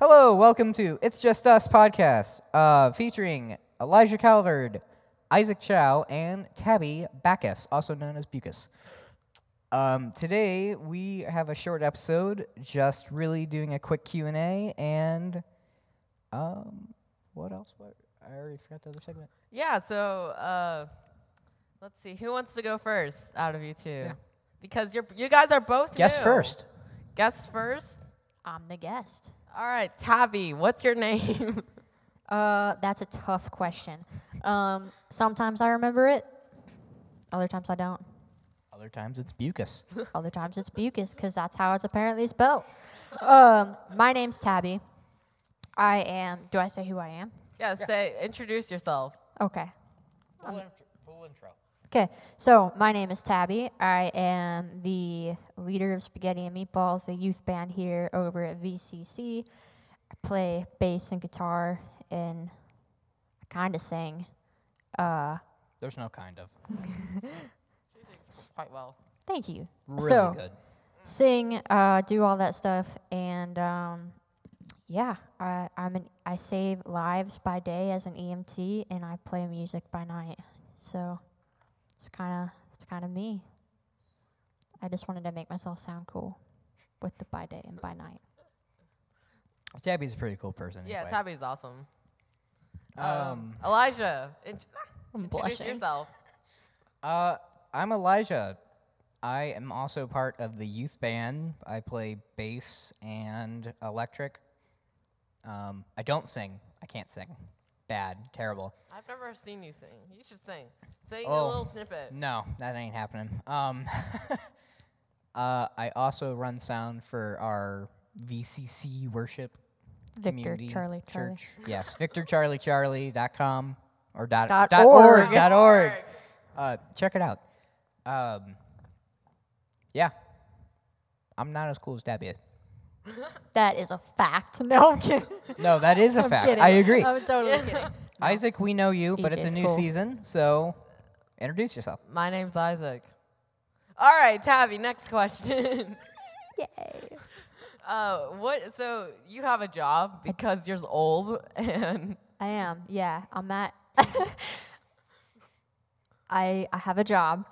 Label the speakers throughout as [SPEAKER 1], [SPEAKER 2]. [SPEAKER 1] welcome to It's Just Us podcast, uh, featuring Elijah Calvard, Isaac Chow, and Tabby Backus, also known as Bucus. Um, today we have a short episode, just really doing a quick Q and A, and um, what else? What I already forgot the other segment.
[SPEAKER 2] Yeah, so uh, let's see. Who wants to go first out of you two? Because you're you guys are both
[SPEAKER 1] Guess
[SPEAKER 2] new.
[SPEAKER 1] first.
[SPEAKER 2] Guess first.
[SPEAKER 3] I'm the guest.
[SPEAKER 2] All right, Tabby, what's your name?
[SPEAKER 3] Uh, that's a tough question. Um, sometimes I remember it. Other times I don't.
[SPEAKER 1] Other times it's Bucus.
[SPEAKER 3] Other times it's Bucus because that's how it's apparently spelled. Um, my name's Tabby. I am. Do I say who I am?
[SPEAKER 2] yeah, say introduce yourself.
[SPEAKER 3] Okay.
[SPEAKER 1] full, intro, full intro.
[SPEAKER 3] Okay. So my name is Tabby. I am the leader of Spaghetti and Meatballs, a youth band here over at VCC. I play bass and guitar, and I kind of sing. Uh,
[SPEAKER 1] There's no kind of.
[SPEAKER 2] Quite well.
[SPEAKER 3] Thank you.
[SPEAKER 1] Really
[SPEAKER 3] so,
[SPEAKER 1] good.
[SPEAKER 3] sing, uh, do all that stuff, and um, yeah, I, I'm an, I save lives by day as an EMT, and I play music by night. So it's kind of it's kind of me. I just wanted to make myself sound cool with the by day and by night.
[SPEAKER 1] Tabby's a pretty cool person.
[SPEAKER 2] Yeah,
[SPEAKER 1] anyway.
[SPEAKER 2] Tabby's awesome.
[SPEAKER 1] Um,
[SPEAKER 2] Elijah, int-
[SPEAKER 3] I'm
[SPEAKER 2] introduce
[SPEAKER 3] blushing.
[SPEAKER 2] yourself.
[SPEAKER 1] Uh, I'm Elijah. I am also part of the youth band. I play bass and electric. Um, I don't sing. I can't sing. Bad. Terrible.
[SPEAKER 2] I've never seen you sing. You should sing. Sing a
[SPEAKER 1] Oh.
[SPEAKER 2] little snippet.
[SPEAKER 1] No, that ain't happening. Um, uh, I also run sound for our VCC worship
[SPEAKER 3] Victor,
[SPEAKER 1] community
[SPEAKER 3] Charlie, Charlie.
[SPEAKER 1] church. Yes, victorcharliecharlie.com or dot,
[SPEAKER 3] Dot
[SPEAKER 1] dot
[SPEAKER 3] org.
[SPEAKER 1] org. Dot org. Uh, check it out. Um, yeah. I'm not as cool as Dabby.
[SPEAKER 3] That is a fact. No, I'm kidding.
[SPEAKER 1] No, that is a
[SPEAKER 3] I'm
[SPEAKER 1] fact.
[SPEAKER 3] kidding.
[SPEAKER 1] I agree.
[SPEAKER 3] I'm totally kidding.
[SPEAKER 1] Isaac, we know you, but it's a
[SPEAKER 3] EJ's
[SPEAKER 1] new
[SPEAKER 3] cool.
[SPEAKER 1] season, so introduce yourself.
[SPEAKER 2] My name's Isaac. All right, Tabby, next question.
[SPEAKER 3] Yay.
[SPEAKER 2] Uh, what? So you have a job because you're old, and
[SPEAKER 3] I am. Yeah, I'm at. I I have a job,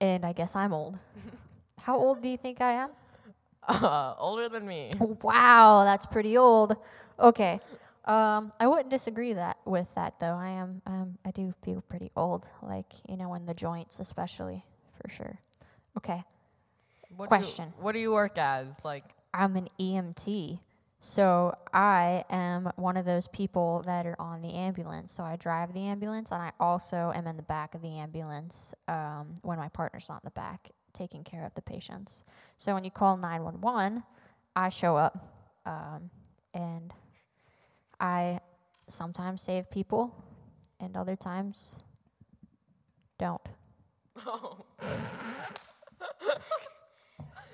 [SPEAKER 3] and I guess I'm old. How old do you think I am?
[SPEAKER 2] uh, older than me.
[SPEAKER 3] Wow, that's pretty old. Okay, um, I wouldn't disagree that with that though. I am. Um, I do feel pretty old, like you know, in the joints especially, for sure. Okay,
[SPEAKER 2] What
[SPEAKER 3] Question.
[SPEAKER 2] Do you, what do you work as? Like,
[SPEAKER 3] I'm an EMT. So I am one of those people that are on the ambulance. So I drive the ambulance, and I also am in the back of the ambulance um, when my partner's not in the back taking care of the patients. So when you call 911, I show up, um, and I sometimes save people, and other times don't.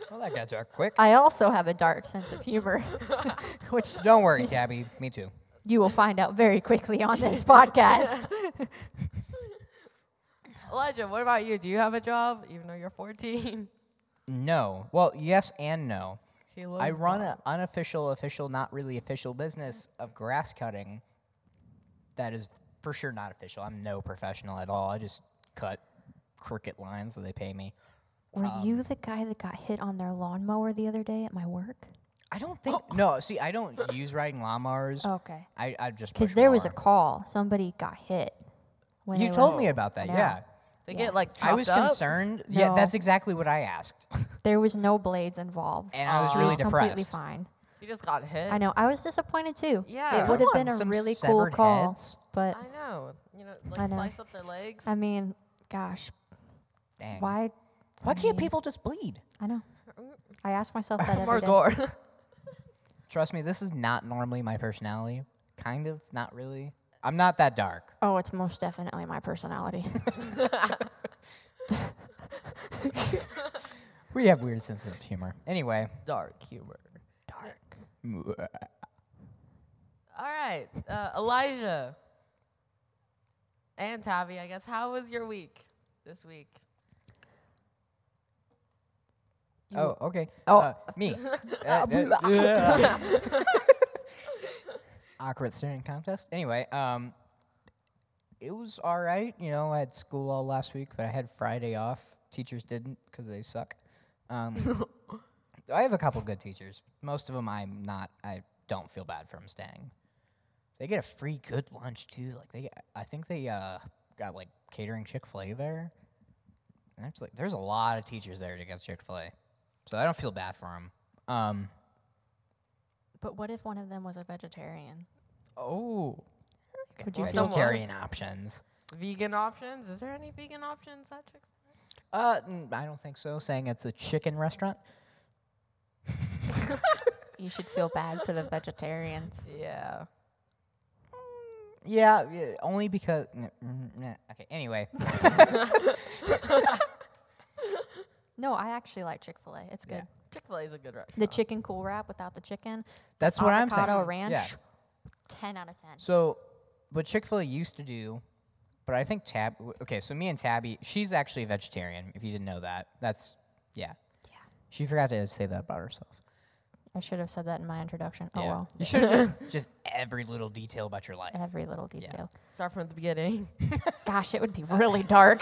[SPEAKER 1] Well, that got dark quick.
[SPEAKER 3] I also have a dark sense of humor, which
[SPEAKER 1] Don't worry, Tabby. Me too.
[SPEAKER 3] you will find out very quickly on this podcast.
[SPEAKER 2] Elijah, what about you? Do you have a job, even though you're 14?
[SPEAKER 1] No. Well, yes and no.
[SPEAKER 2] He
[SPEAKER 1] I
[SPEAKER 2] loves
[SPEAKER 1] run
[SPEAKER 2] dogs.
[SPEAKER 1] an unofficial, official, not really official business of grass cutting that is for sure not official. I'm no professional at all. I just cut cricket lines that they pay me.
[SPEAKER 3] Were
[SPEAKER 1] Um,
[SPEAKER 3] you the guy that got hit on their lawnmower the other day at my work?
[SPEAKER 1] I don't think.
[SPEAKER 3] Oh.
[SPEAKER 1] No, see, I don't use riding lawnmowers.
[SPEAKER 3] Okay.
[SPEAKER 1] I, I just
[SPEAKER 3] Because
[SPEAKER 1] push
[SPEAKER 3] Oh. there was a
[SPEAKER 1] mower.
[SPEAKER 3] call. Somebody got hit. When
[SPEAKER 1] You
[SPEAKER 3] they
[SPEAKER 1] told
[SPEAKER 3] were-
[SPEAKER 1] me about that.
[SPEAKER 3] No.
[SPEAKER 1] Yeah.
[SPEAKER 2] They
[SPEAKER 3] Yeah.
[SPEAKER 2] get like chopped
[SPEAKER 1] I was
[SPEAKER 2] up?
[SPEAKER 1] concerned. Yeah,
[SPEAKER 3] No.
[SPEAKER 1] that's exactly what I asked,
[SPEAKER 3] There was no blades involved.
[SPEAKER 1] and I was
[SPEAKER 3] She
[SPEAKER 1] really
[SPEAKER 3] was completely
[SPEAKER 1] depressed.
[SPEAKER 3] fine.
[SPEAKER 2] You just got hit.
[SPEAKER 3] I know. I was disappointed too.
[SPEAKER 2] Yeah.
[SPEAKER 3] It would
[SPEAKER 1] Come
[SPEAKER 3] have been
[SPEAKER 1] on,
[SPEAKER 3] a
[SPEAKER 1] some
[SPEAKER 3] really cool
[SPEAKER 1] severed
[SPEAKER 3] call.
[SPEAKER 1] heads.
[SPEAKER 3] But
[SPEAKER 2] I know. You know, like
[SPEAKER 3] I know.
[SPEAKER 2] slice up their legs.
[SPEAKER 3] I mean, gosh,
[SPEAKER 1] Dang.
[SPEAKER 3] why?
[SPEAKER 1] Why can't people just bleed?
[SPEAKER 3] I know. I ask myself that every
[SPEAKER 2] More
[SPEAKER 3] day.
[SPEAKER 2] gore.
[SPEAKER 1] Trust me, this is not normally my personality. Kind of, not really. I'm not that dark.
[SPEAKER 3] Oh, it's most definitely my personality.
[SPEAKER 1] We have weird senses of humor. Anyway,
[SPEAKER 2] Dark humor.
[SPEAKER 3] Dark.
[SPEAKER 2] All right, uh, Elijah and Tavi, I guess. How was your week this week?
[SPEAKER 1] oh, okay. Oh, me. Uh, uh, yeah. awkward singing contest. Anyway, um, it was all right. You know, I had school all last week, but I had Friday off. Teachers didn't because they suck. Um, I have a couple good teachers. Most of them, I'm not. I don't feel bad for them staying. They get a free good lunch too. Like they, get- I think they uh, got like catering Chick Fil A there. And it's like there's a lot of teachers there to get Chick Fil A, so I don't feel bad for them. Um,
[SPEAKER 3] But what if one of them was a vegetarian?
[SPEAKER 1] oh,
[SPEAKER 3] Would you feel bad?
[SPEAKER 1] vegetarian options.
[SPEAKER 2] Vegan options? Is there any vegan options at Chick
[SPEAKER 1] Uh, n- I don't think so. Saying it's a chicken restaurant.
[SPEAKER 3] You should feel bad for the vegetarians.
[SPEAKER 2] Yeah.
[SPEAKER 1] Yeah, yeah, only because. mm, mm, mm, Okay. Anyway,
[SPEAKER 3] No, I actually like Chick Fil A. It's good.
[SPEAKER 1] Yeah.
[SPEAKER 2] Chick fil A is a good restaurant.
[SPEAKER 3] The chicken cool wrap without the chicken.
[SPEAKER 1] that's what I'm saying.
[SPEAKER 3] avocado ranch.
[SPEAKER 1] Yeah.
[SPEAKER 3] Ten out of ten.
[SPEAKER 1] So, what Chick Fil A used to do, but I think Tab. w- Okay, so me and Tabby, she's actually a vegetarian. If you didn't know that, that's yeah. Yeah. She forgot to say that about herself.
[SPEAKER 3] I should have said that in my introduction. Oh
[SPEAKER 1] Yeah.
[SPEAKER 3] well.
[SPEAKER 1] You should just, just every little detail about your life.
[SPEAKER 3] Every little detail.
[SPEAKER 2] Start from the beginning.
[SPEAKER 3] Gosh, it would be really dark.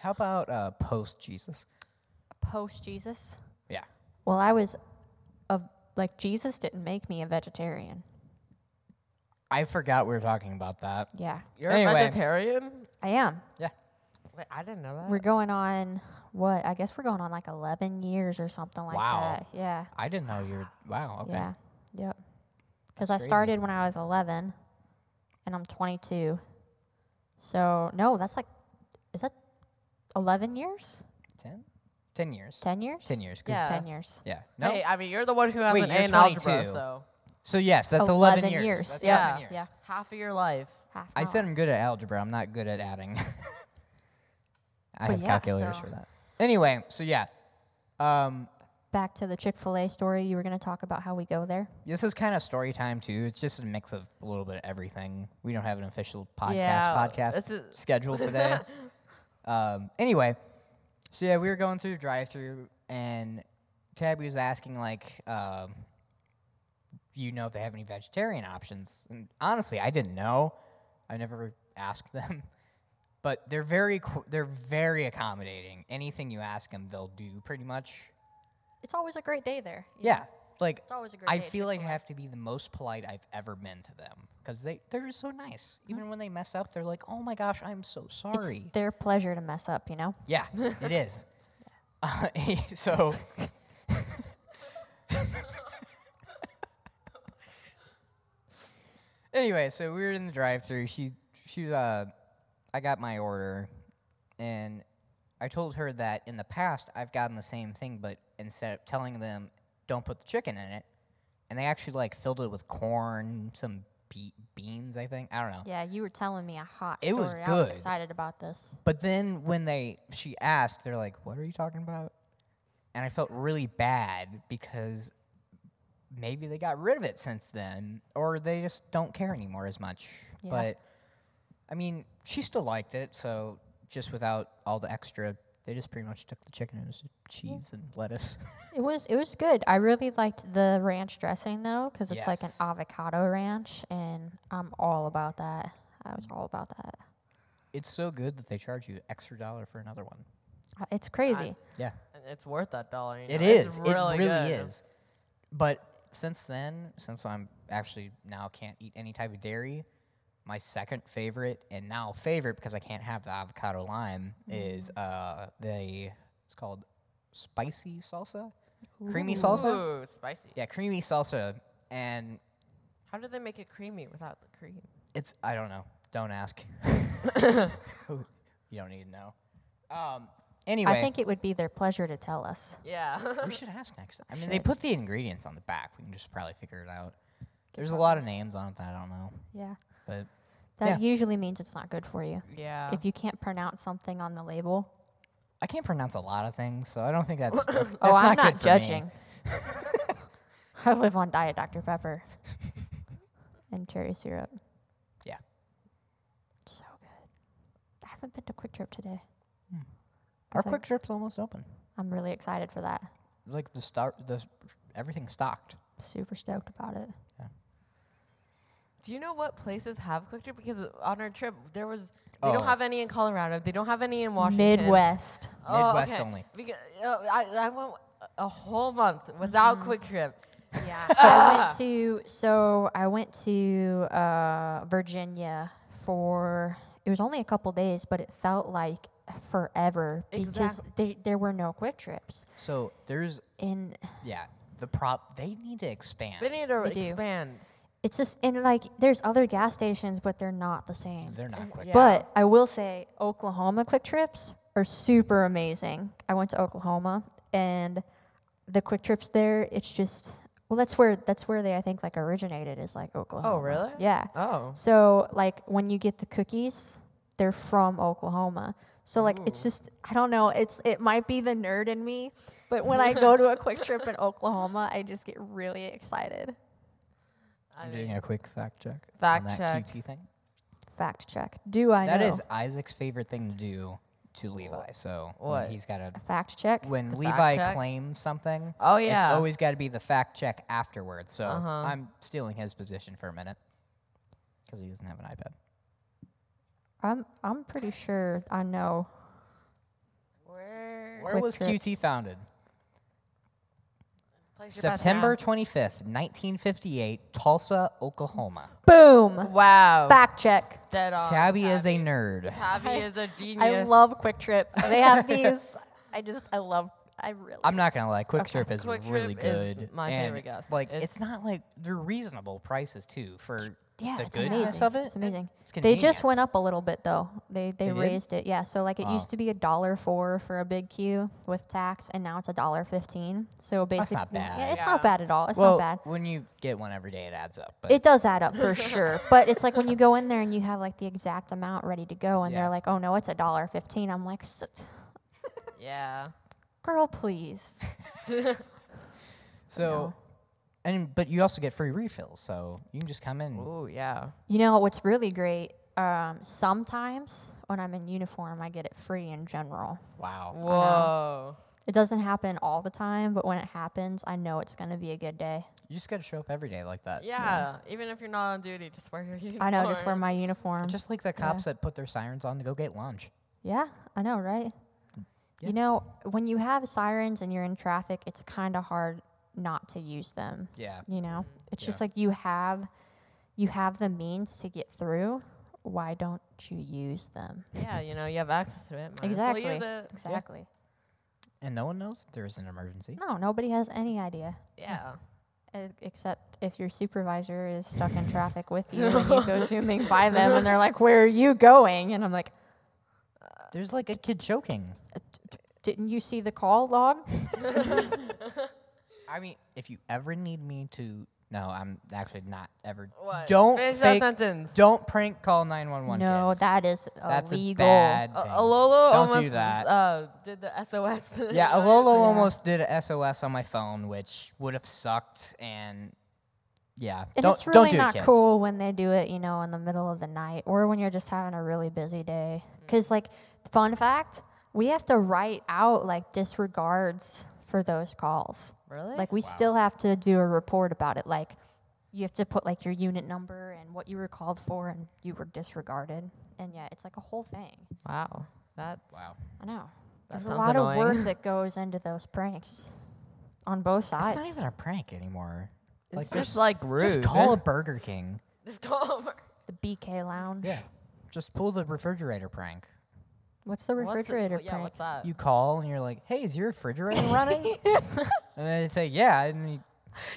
[SPEAKER 1] How about uh, post Jesus?
[SPEAKER 3] Post Jesus.
[SPEAKER 1] Yeah.
[SPEAKER 3] Well, I was a like Jesus didn't make me a vegetarian.
[SPEAKER 1] I forgot we were talking about that.
[SPEAKER 3] Yeah.
[SPEAKER 2] You're
[SPEAKER 1] Anyway.
[SPEAKER 2] a vegetarian?
[SPEAKER 3] I am.
[SPEAKER 1] Yeah.
[SPEAKER 2] Wait, I didn't know that.
[SPEAKER 3] We're going on what? I guess we're going on like 11 years or something like
[SPEAKER 1] Wow.
[SPEAKER 3] that. Yeah.
[SPEAKER 1] I didn't know you were. Wow. Okay.
[SPEAKER 3] Yeah. Yep. Because I
[SPEAKER 1] crazy.
[SPEAKER 3] started when I was 11 and I'm 22. So, no, that's like, is that 11 years?
[SPEAKER 1] Ten? Ten years.
[SPEAKER 3] 10 years?
[SPEAKER 1] 10 years. 'cause-
[SPEAKER 2] Yeah.
[SPEAKER 3] 10 years.
[SPEAKER 1] Yeah. No.
[SPEAKER 2] Hey, I mean, you're the one who has
[SPEAKER 1] Wait,
[SPEAKER 2] an
[SPEAKER 1] you're
[SPEAKER 2] A in algebra,
[SPEAKER 1] 22.
[SPEAKER 2] so
[SPEAKER 1] So yes, that's 11,
[SPEAKER 3] 11
[SPEAKER 1] years.
[SPEAKER 3] years,
[SPEAKER 1] That's
[SPEAKER 2] yeah.
[SPEAKER 1] 11 years.
[SPEAKER 3] Yeah.
[SPEAKER 2] half of your life.
[SPEAKER 3] Half
[SPEAKER 1] I
[SPEAKER 3] my
[SPEAKER 1] said
[SPEAKER 3] life.
[SPEAKER 1] I'm good at algebra. I'm not good at adding. I
[SPEAKER 3] But
[SPEAKER 1] have
[SPEAKER 3] yeah,
[SPEAKER 1] calculators
[SPEAKER 3] so-
[SPEAKER 1] for that. Anyway, so yeah. Um,
[SPEAKER 3] back to the Chick fil A story. You were going to talk about how we go there.
[SPEAKER 1] this is kind of story time too. It's just a mix of a little bit of everything. We don't have an official podcast
[SPEAKER 2] Yeah,
[SPEAKER 1] podcast
[SPEAKER 2] it's a-
[SPEAKER 1] scheduled today. um, anyway, so yeah, we were going through drive through and Tabby was asking like, um, "Do you know if they have any vegetarian options?" And honestly, I didn't know. I never asked them, but they're very qu- they're very accommodating. Anything you ask them, they'll do pretty much.
[SPEAKER 3] It's always a great day there.
[SPEAKER 1] Yeah, like
[SPEAKER 3] It's always a great
[SPEAKER 1] I
[SPEAKER 3] day at
[SPEAKER 1] feel like I have to be the most polite I've ever been to them because they they're just so nice. Even when they mess up, they're like, "Oh my gosh, I'm so
[SPEAKER 3] Mm-hmm. It's
[SPEAKER 1] sorry."
[SPEAKER 3] their pleasure to mess up, you know?
[SPEAKER 1] yeah, it is. Uh, so anyway, so we were in the drive-through. She she uh, I got my order, and I told her that in the past I've gotten the same thing, but instead of telling them don't put the chicken in it, and they actually like filled it with corn, some be- beans, I think. I don't know.
[SPEAKER 3] Yeah, you were telling me a hot
[SPEAKER 1] It
[SPEAKER 3] story.
[SPEAKER 1] was
[SPEAKER 3] I was
[SPEAKER 1] good.
[SPEAKER 3] excited about this.
[SPEAKER 1] But then when they she asked, they're like, "What are you talking about?" And I felt really bad because maybe they got rid of it since then, or they just don't care anymore as much.
[SPEAKER 3] Yeah.
[SPEAKER 1] But I mean, she still liked it, so just without all the extra, they just pretty much took the chicken and it was cheese and lettuce.
[SPEAKER 3] It was it was good. I really liked the ranch dressing though, because it's like an
[SPEAKER 1] Yes.
[SPEAKER 3] avocado ranch, and I'm all about that. I was all about that.
[SPEAKER 1] it's so good that they charge you extra dollar for another one.
[SPEAKER 3] Uh, It's crazy.
[SPEAKER 1] Yeah.
[SPEAKER 2] And it's worth that dollar. You know?
[SPEAKER 1] It is.
[SPEAKER 2] It's
[SPEAKER 1] it really
[SPEAKER 2] good.
[SPEAKER 1] is. But since then, since I'm actually now can't eat any type of dairy, my second favorite and now favorite because I can't have the avocado lime is
[SPEAKER 2] Mm-hmm.
[SPEAKER 1] uh the it's called spicy salsa, creamy salsa.
[SPEAKER 2] Ooh, spicy.
[SPEAKER 1] Yeah, creamy salsa, and
[SPEAKER 2] How do they make it creamy without the cream?
[SPEAKER 1] it's I don't know. Don't ask. you don't need to know. Um. Anyway,
[SPEAKER 3] I think it would be their pleasure to tell us.
[SPEAKER 2] Yeah.
[SPEAKER 1] We should ask next time. I mean, they put the ingredients on the back. We can just probably figure it out. There's a lot of names on it that I don't know,
[SPEAKER 3] Yeah,
[SPEAKER 1] but
[SPEAKER 3] that usually means it's not good for you.
[SPEAKER 1] Uh.
[SPEAKER 2] yeah.
[SPEAKER 3] If you can't pronounce something on the label,
[SPEAKER 1] I can't pronounce a lot of things, so I don't think that's. that's
[SPEAKER 3] oh,
[SPEAKER 1] not,
[SPEAKER 3] I'm not,
[SPEAKER 1] good For me.
[SPEAKER 3] judging. I live on diet Dr Pepper and cherry syrup.
[SPEAKER 1] Yeah.
[SPEAKER 3] So good. I haven't been to Quick Trip today.
[SPEAKER 1] Our
[SPEAKER 3] 'Cause I-
[SPEAKER 1] quick trip's almost open.
[SPEAKER 3] I'm really excited for that.
[SPEAKER 1] Like the start, the everything's stocked.
[SPEAKER 3] Super stoked about it.
[SPEAKER 2] Do you know what places have quick trip? Because on our trip, there was they
[SPEAKER 1] Oh.
[SPEAKER 2] don't have any in Colorado. They don't have any in Washington.
[SPEAKER 3] Midwest.
[SPEAKER 2] Oh,
[SPEAKER 1] Midwest
[SPEAKER 2] okay.
[SPEAKER 1] only.
[SPEAKER 2] Because, uh, I, I went a whole month
[SPEAKER 3] Mm-hmm.
[SPEAKER 2] without Quick Trip.
[SPEAKER 3] Yeah. I went to so I went to uh, Virginia for it was only a couple days, but it felt like forever because
[SPEAKER 2] Exact-
[SPEAKER 3] they, there were no quick trips.
[SPEAKER 1] So there's
[SPEAKER 3] And
[SPEAKER 1] yeah the prop they need to expand.
[SPEAKER 2] They need to
[SPEAKER 3] They do.
[SPEAKER 2] expand.
[SPEAKER 3] it's just and like there's other gas stations, but they're not the same.
[SPEAKER 1] They're not quick.
[SPEAKER 2] yeah.
[SPEAKER 3] But I will say Oklahoma quick trips are super amazing. I went to Oklahoma and the quick trips there, it's just well that's where that's where they I think like originated is like
[SPEAKER 1] Oh,
[SPEAKER 3] Oklahoma.
[SPEAKER 2] Oh, really?
[SPEAKER 3] Yeah.
[SPEAKER 2] Oh.
[SPEAKER 3] So like when you get the cookies, they're from Oklahoma. So like it's just I don't know, it's it might be the nerd in me, but when I go to a quick trip in Oklahoma, I just get really excited.
[SPEAKER 2] I
[SPEAKER 1] I'm
[SPEAKER 2] mean,
[SPEAKER 1] doing a quick fact check.
[SPEAKER 2] Fact
[SPEAKER 1] on that
[SPEAKER 2] check.
[SPEAKER 1] QT thing.
[SPEAKER 3] Fact check. Do I
[SPEAKER 1] That
[SPEAKER 3] know?
[SPEAKER 1] is Isaac's favorite thing to do to Levi. So when
[SPEAKER 2] What?
[SPEAKER 1] he's got to
[SPEAKER 3] a fact check.
[SPEAKER 1] when
[SPEAKER 2] fact
[SPEAKER 1] Levi
[SPEAKER 2] check?
[SPEAKER 1] claims something.
[SPEAKER 2] Oh,
[SPEAKER 1] it's
[SPEAKER 2] yeah.
[SPEAKER 1] always got to be the fact check afterwards. So
[SPEAKER 2] Uh-huh.
[SPEAKER 1] I'm stealing his position for a minute because he doesn't have an iPad.
[SPEAKER 3] I'm I'm pretty sure I know.
[SPEAKER 2] where
[SPEAKER 1] Where
[SPEAKER 3] Quick
[SPEAKER 1] was QT
[SPEAKER 3] trips.
[SPEAKER 1] founded?
[SPEAKER 2] place your bets now.
[SPEAKER 1] September 25th, 1958, Tulsa, Oklahoma.
[SPEAKER 3] Boom.
[SPEAKER 2] Wow.
[SPEAKER 3] Fact check.
[SPEAKER 2] Dead on.
[SPEAKER 1] Tabby is a nerd.
[SPEAKER 2] Tabby is a genius.
[SPEAKER 3] I love Quick Trip. They have these. I just I love. I really.
[SPEAKER 1] I'm not gonna lie, Quick Trip is
[SPEAKER 2] Quick
[SPEAKER 1] really
[SPEAKER 2] Trip is
[SPEAKER 1] good.
[SPEAKER 2] my
[SPEAKER 1] and,
[SPEAKER 2] favorite guess.
[SPEAKER 1] Like it's,
[SPEAKER 2] It's-
[SPEAKER 1] not like they're reasonable prices too for
[SPEAKER 3] yeah,
[SPEAKER 1] the
[SPEAKER 3] it's
[SPEAKER 1] goodness
[SPEAKER 3] amazing.
[SPEAKER 1] of it.
[SPEAKER 3] It's amazing.
[SPEAKER 1] It's
[SPEAKER 3] they just went
[SPEAKER 1] convenience.
[SPEAKER 3] up a little bit though. They
[SPEAKER 1] They
[SPEAKER 3] they,
[SPEAKER 1] did?
[SPEAKER 3] raised it. Yeah. So like it
[SPEAKER 1] Wow.
[SPEAKER 3] used to be a dollar four for a big queue with tax, and now it's a dollar fifteen. So basically,
[SPEAKER 1] not bad.
[SPEAKER 3] Yeah, it's
[SPEAKER 2] Yeah.
[SPEAKER 3] not bad at all. It's
[SPEAKER 1] well,
[SPEAKER 3] not bad.
[SPEAKER 1] when you get one every day, it adds up. But
[SPEAKER 3] It does add up for sure, but it's like when you go in there and you have like the exact amount ready to go, and
[SPEAKER 1] Yeah.
[SPEAKER 3] they're like, "Oh no, it's a dollar fifteen. I'm like, "S-
[SPEAKER 2] Yeah.
[SPEAKER 3] "Girl, please."
[SPEAKER 1] so, and but you also get free refills, so you can just come in.
[SPEAKER 2] Oh yeah.
[SPEAKER 3] You know what's really great? Um, sometimes when I'm in uniform, I get it free in general.
[SPEAKER 1] Wow.
[SPEAKER 2] Whoa.
[SPEAKER 3] It doesn't happen all the time, but when it happens, I know it's going to be a good day.
[SPEAKER 1] You just gotta show up every day like that.
[SPEAKER 2] Yeah. Even if you're not on duty, just wear your uniform.
[SPEAKER 3] I know, just wear my uniform.
[SPEAKER 1] Oh, Just like the cops that put their sirens on to go get lunch.
[SPEAKER 3] yeah, I know, right? You know, when you have sirens and you're in traffic, it's kind of hard not to use them.
[SPEAKER 1] Yeah.
[SPEAKER 3] You know, it's just
[SPEAKER 1] Mm, Yeah.
[SPEAKER 3] like you have you have the means to get through. Why don't you use them?
[SPEAKER 2] Yeah. You know, you have access to it. Might
[SPEAKER 3] exactly.
[SPEAKER 2] As well use it.
[SPEAKER 3] Exactly.
[SPEAKER 1] And no one knows that there's an emergency.
[SPEAKER 3] No, nobody has any idea.
[SPEAKER 2] Yeah.
[SPEAKER 3] Uh, Except if your supervisor is stuck in traffic with you and you go zooming by them and they're like, Where are you going? And I'm like,
[SPEAKER 1] There's like a kid choking.
[SPEAKER 3] Didn't you see the call log?
[SPEAKER 1] I mean, if you ever need me to, no, I'm actually not ever.
[SPEAKER 2] What?
[SPEAKER 1] Don't
[SPEAKER 2] Finish
[SPEAKER 1] fake,
[SPEAKER 2] that sentence.
[SPEAKER 1] Don't prank call 911.
[SPEAKER 3] No,
[SPEAKER 1] kids.
[SPEAKER 3] that is
[SPEAKER 1] that's
[SPEAKER 3] illegal.
[SPEAKER 1] a bad
[SPEAKER 2] Uh,
[SPEAKER 1] thing.
[SPEAKER 2] Alolo
[SPEAKER 1] Don't do
[SPEAKER 2] almost
[SPEAKER 1] that.
[SPEAKER 2] Uh, did the SOS. thing.
[SPEAKER 1] yeah, Alolo almost did a SOS on my phone, which would have sucked. And yeah,
[SPEAKER 3] And
[SPEAKER 1] don't
[SPEAKER 3] it's really
[SPEAKER 1] don't do
[SPEAKER 3] not
[SPEAKER 1] it, kids.
[SPEAKER 3] cool when they do it, you know, in the middle of the night or when you're just having a really busy day.
[SPEAKER 1] Mm.
[SPEAKER 3] Because, like, fun fact, we have to write out like disregards for those calls.
[SPEAKER 2] Really?
[SPEAKER 3] Like, we still have to do a report about it. Like, you have to put like your unit number and what you were called for and you were disregarded. And yeah, it's like a whole thing.
[SPEAKER 2] Wow. That's
[SPEAKER 1] Wow,
[SPEAKER 3] I know. There's a
[SPEAKER 2] sounds
[SPEAKER 3] lot of
[SPEAKER 2] annoying.
[SPEAKER 3] work that goes into those pranks on both
[SPEAKER 1] it's
[SPEAKER 3] sides.
[SPEAKER 1] not even a prank anymore. Like
[SPEAKER 2] It's just like rude.
[SPEAKER 1] just call a Burger King.
[SPEAKER 2] Just call over.
[SPEAKER 3] the BK Lounge.
[SPEAKER 1] just pull the refrigerator prank.
[SPEAKER 3] What's the refrigerator
[SPEAKER 2] What's it- Yeah.
[SPEAKER 3] prank?
[SPEAKER 2] What's that?
[SPEAKER 1] You call and you're like, "Hey, is your refrigerator running?" and then they say, "Yeah," and you,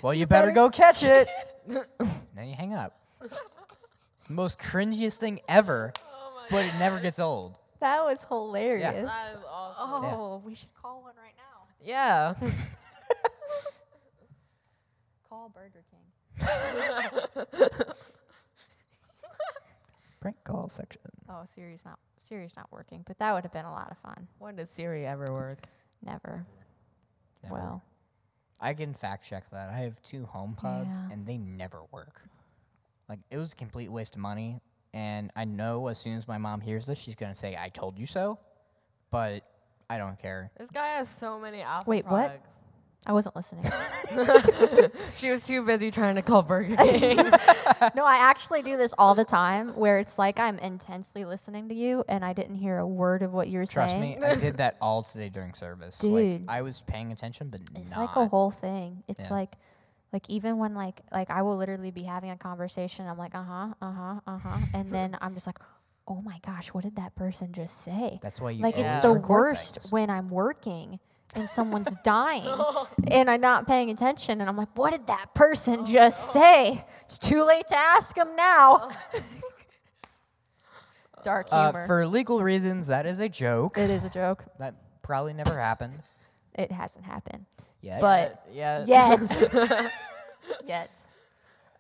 [SPEAKER 1] well, you, better,
[SPEAKER 3] better-
[SPEAKER 1] go catch it. then you hang up. Most cringiest thing ever, but it never gets old.
[SPEAKER 3] That was hilarious.
[SPEAKER 2] that is awesome.
[SPEAKER 3] Oh, we should call one right now.
[SPEAKER 2] Yeah.
[SPEAKER 3] Call Burger King.
[SPEAKER 1] Prank call section.
[SPEAKER 3] Oh, Siri's not Siri's not working, but that would have been a lot of fun.
[SPEAKER 2] when does Siri ever work?
[SPEAKER 3] Never.
[SPEAKER 1] Never.
[SPEAKER 3] Well,
[SPEAKER 1] I can fact check that. I have two home pods
[SPEAKER 3] Yeah.
[SPEAKER 1] and they never work. Like it was a complete waste of money. And I know as soon as my mom hears this, she's gonna say, "I told you so," but I don't care.
[SPEAKER 2] This guy has so many Apple
[SPEAKER 3] Wait, what?
[SPEAKER 2] products.
[SPEAKER 3] I wasn't listening.
[SPEAKER 2] She was too busy trying to call Burger King.
[SPEAKER 3] no, I actually do this all the time where it's like I'm intensely listening to you and I didn't hear a word of what you were
[SPEAKER 1] Trust
[SPEAKER 3] saying.
[SPEAKER 1] me, I did that all today during service. Like
[SPEAKER 3] Dude.
[SPEAKER 1] I was paying attention, but
[SPEAKER 3] It's
[SPEAKER 1] not.
[SPEAKER 3] like a whole thing. It's
[SPEAKER 1] Yeah.
[SPEAKER 3] like like even when like like I will literally be having a conversation, I'm like, uh-huh, uh-huh, uh-huh. and then I'm just like, oh my gosh, what did that person just say?
[SPEAKER 1] That's why you
[SPEAKER 3] like it's
[SPEAKER 1] always
[SPEAKER 3] the
[SPEAKER 1] record
[SPEAKER 3] worst
[SPEAKER 1] things.
[SPEAKER 3] when I'm working and someone's dying and I'm not paying attention and I'm like, what did that person just say? It's too late to ask them now. Dark humor.
[SPEAKER 1] Uh, for legal reasons, that is a joke.
[SPEAKER 3] it is a joke.
[SPEAKER 1] That probably never happened.
[SPEAKER 3] It hasn't happened.
[SPEAKER 1] Yeah.
[SPEAKER 3] But
[SPEAKER 2] yeah.
[SPEAKER 3] yet. yet.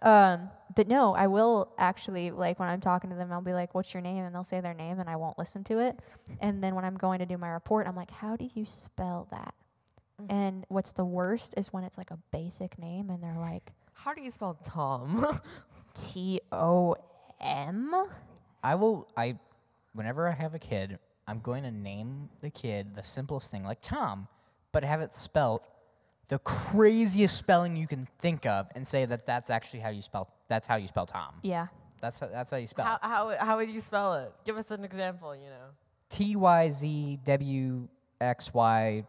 [SPEAKER 3] Um, but no, I will actually like when I'm talking to them, I'll be like, "What's your name?" and they'll say their name, and I won't listen to it. And then when I'm going to do my report, I'm like, "How do you spell that?" And what's the worst is when it's like a basic name, and they're like
[SPEAKER 2] How do you spell Tom?
[SPEAKER 3] T O M.
[SPEAKER 1] I will. I, whenever I have a kid, I'm going to name the kid the simplest thing, like Tom, but have it spelt the craziest spelling you can think of, and say that that's actually how you spell. That's how you spell Tom.
[SPEAKER 3] Yeah,
[SPEAKER 1] That's how, that's how you spell.
[SPEAKER 2] how, how, how would you spell it? Give us an example, you know.
[SPEAKER 1] T y z w x y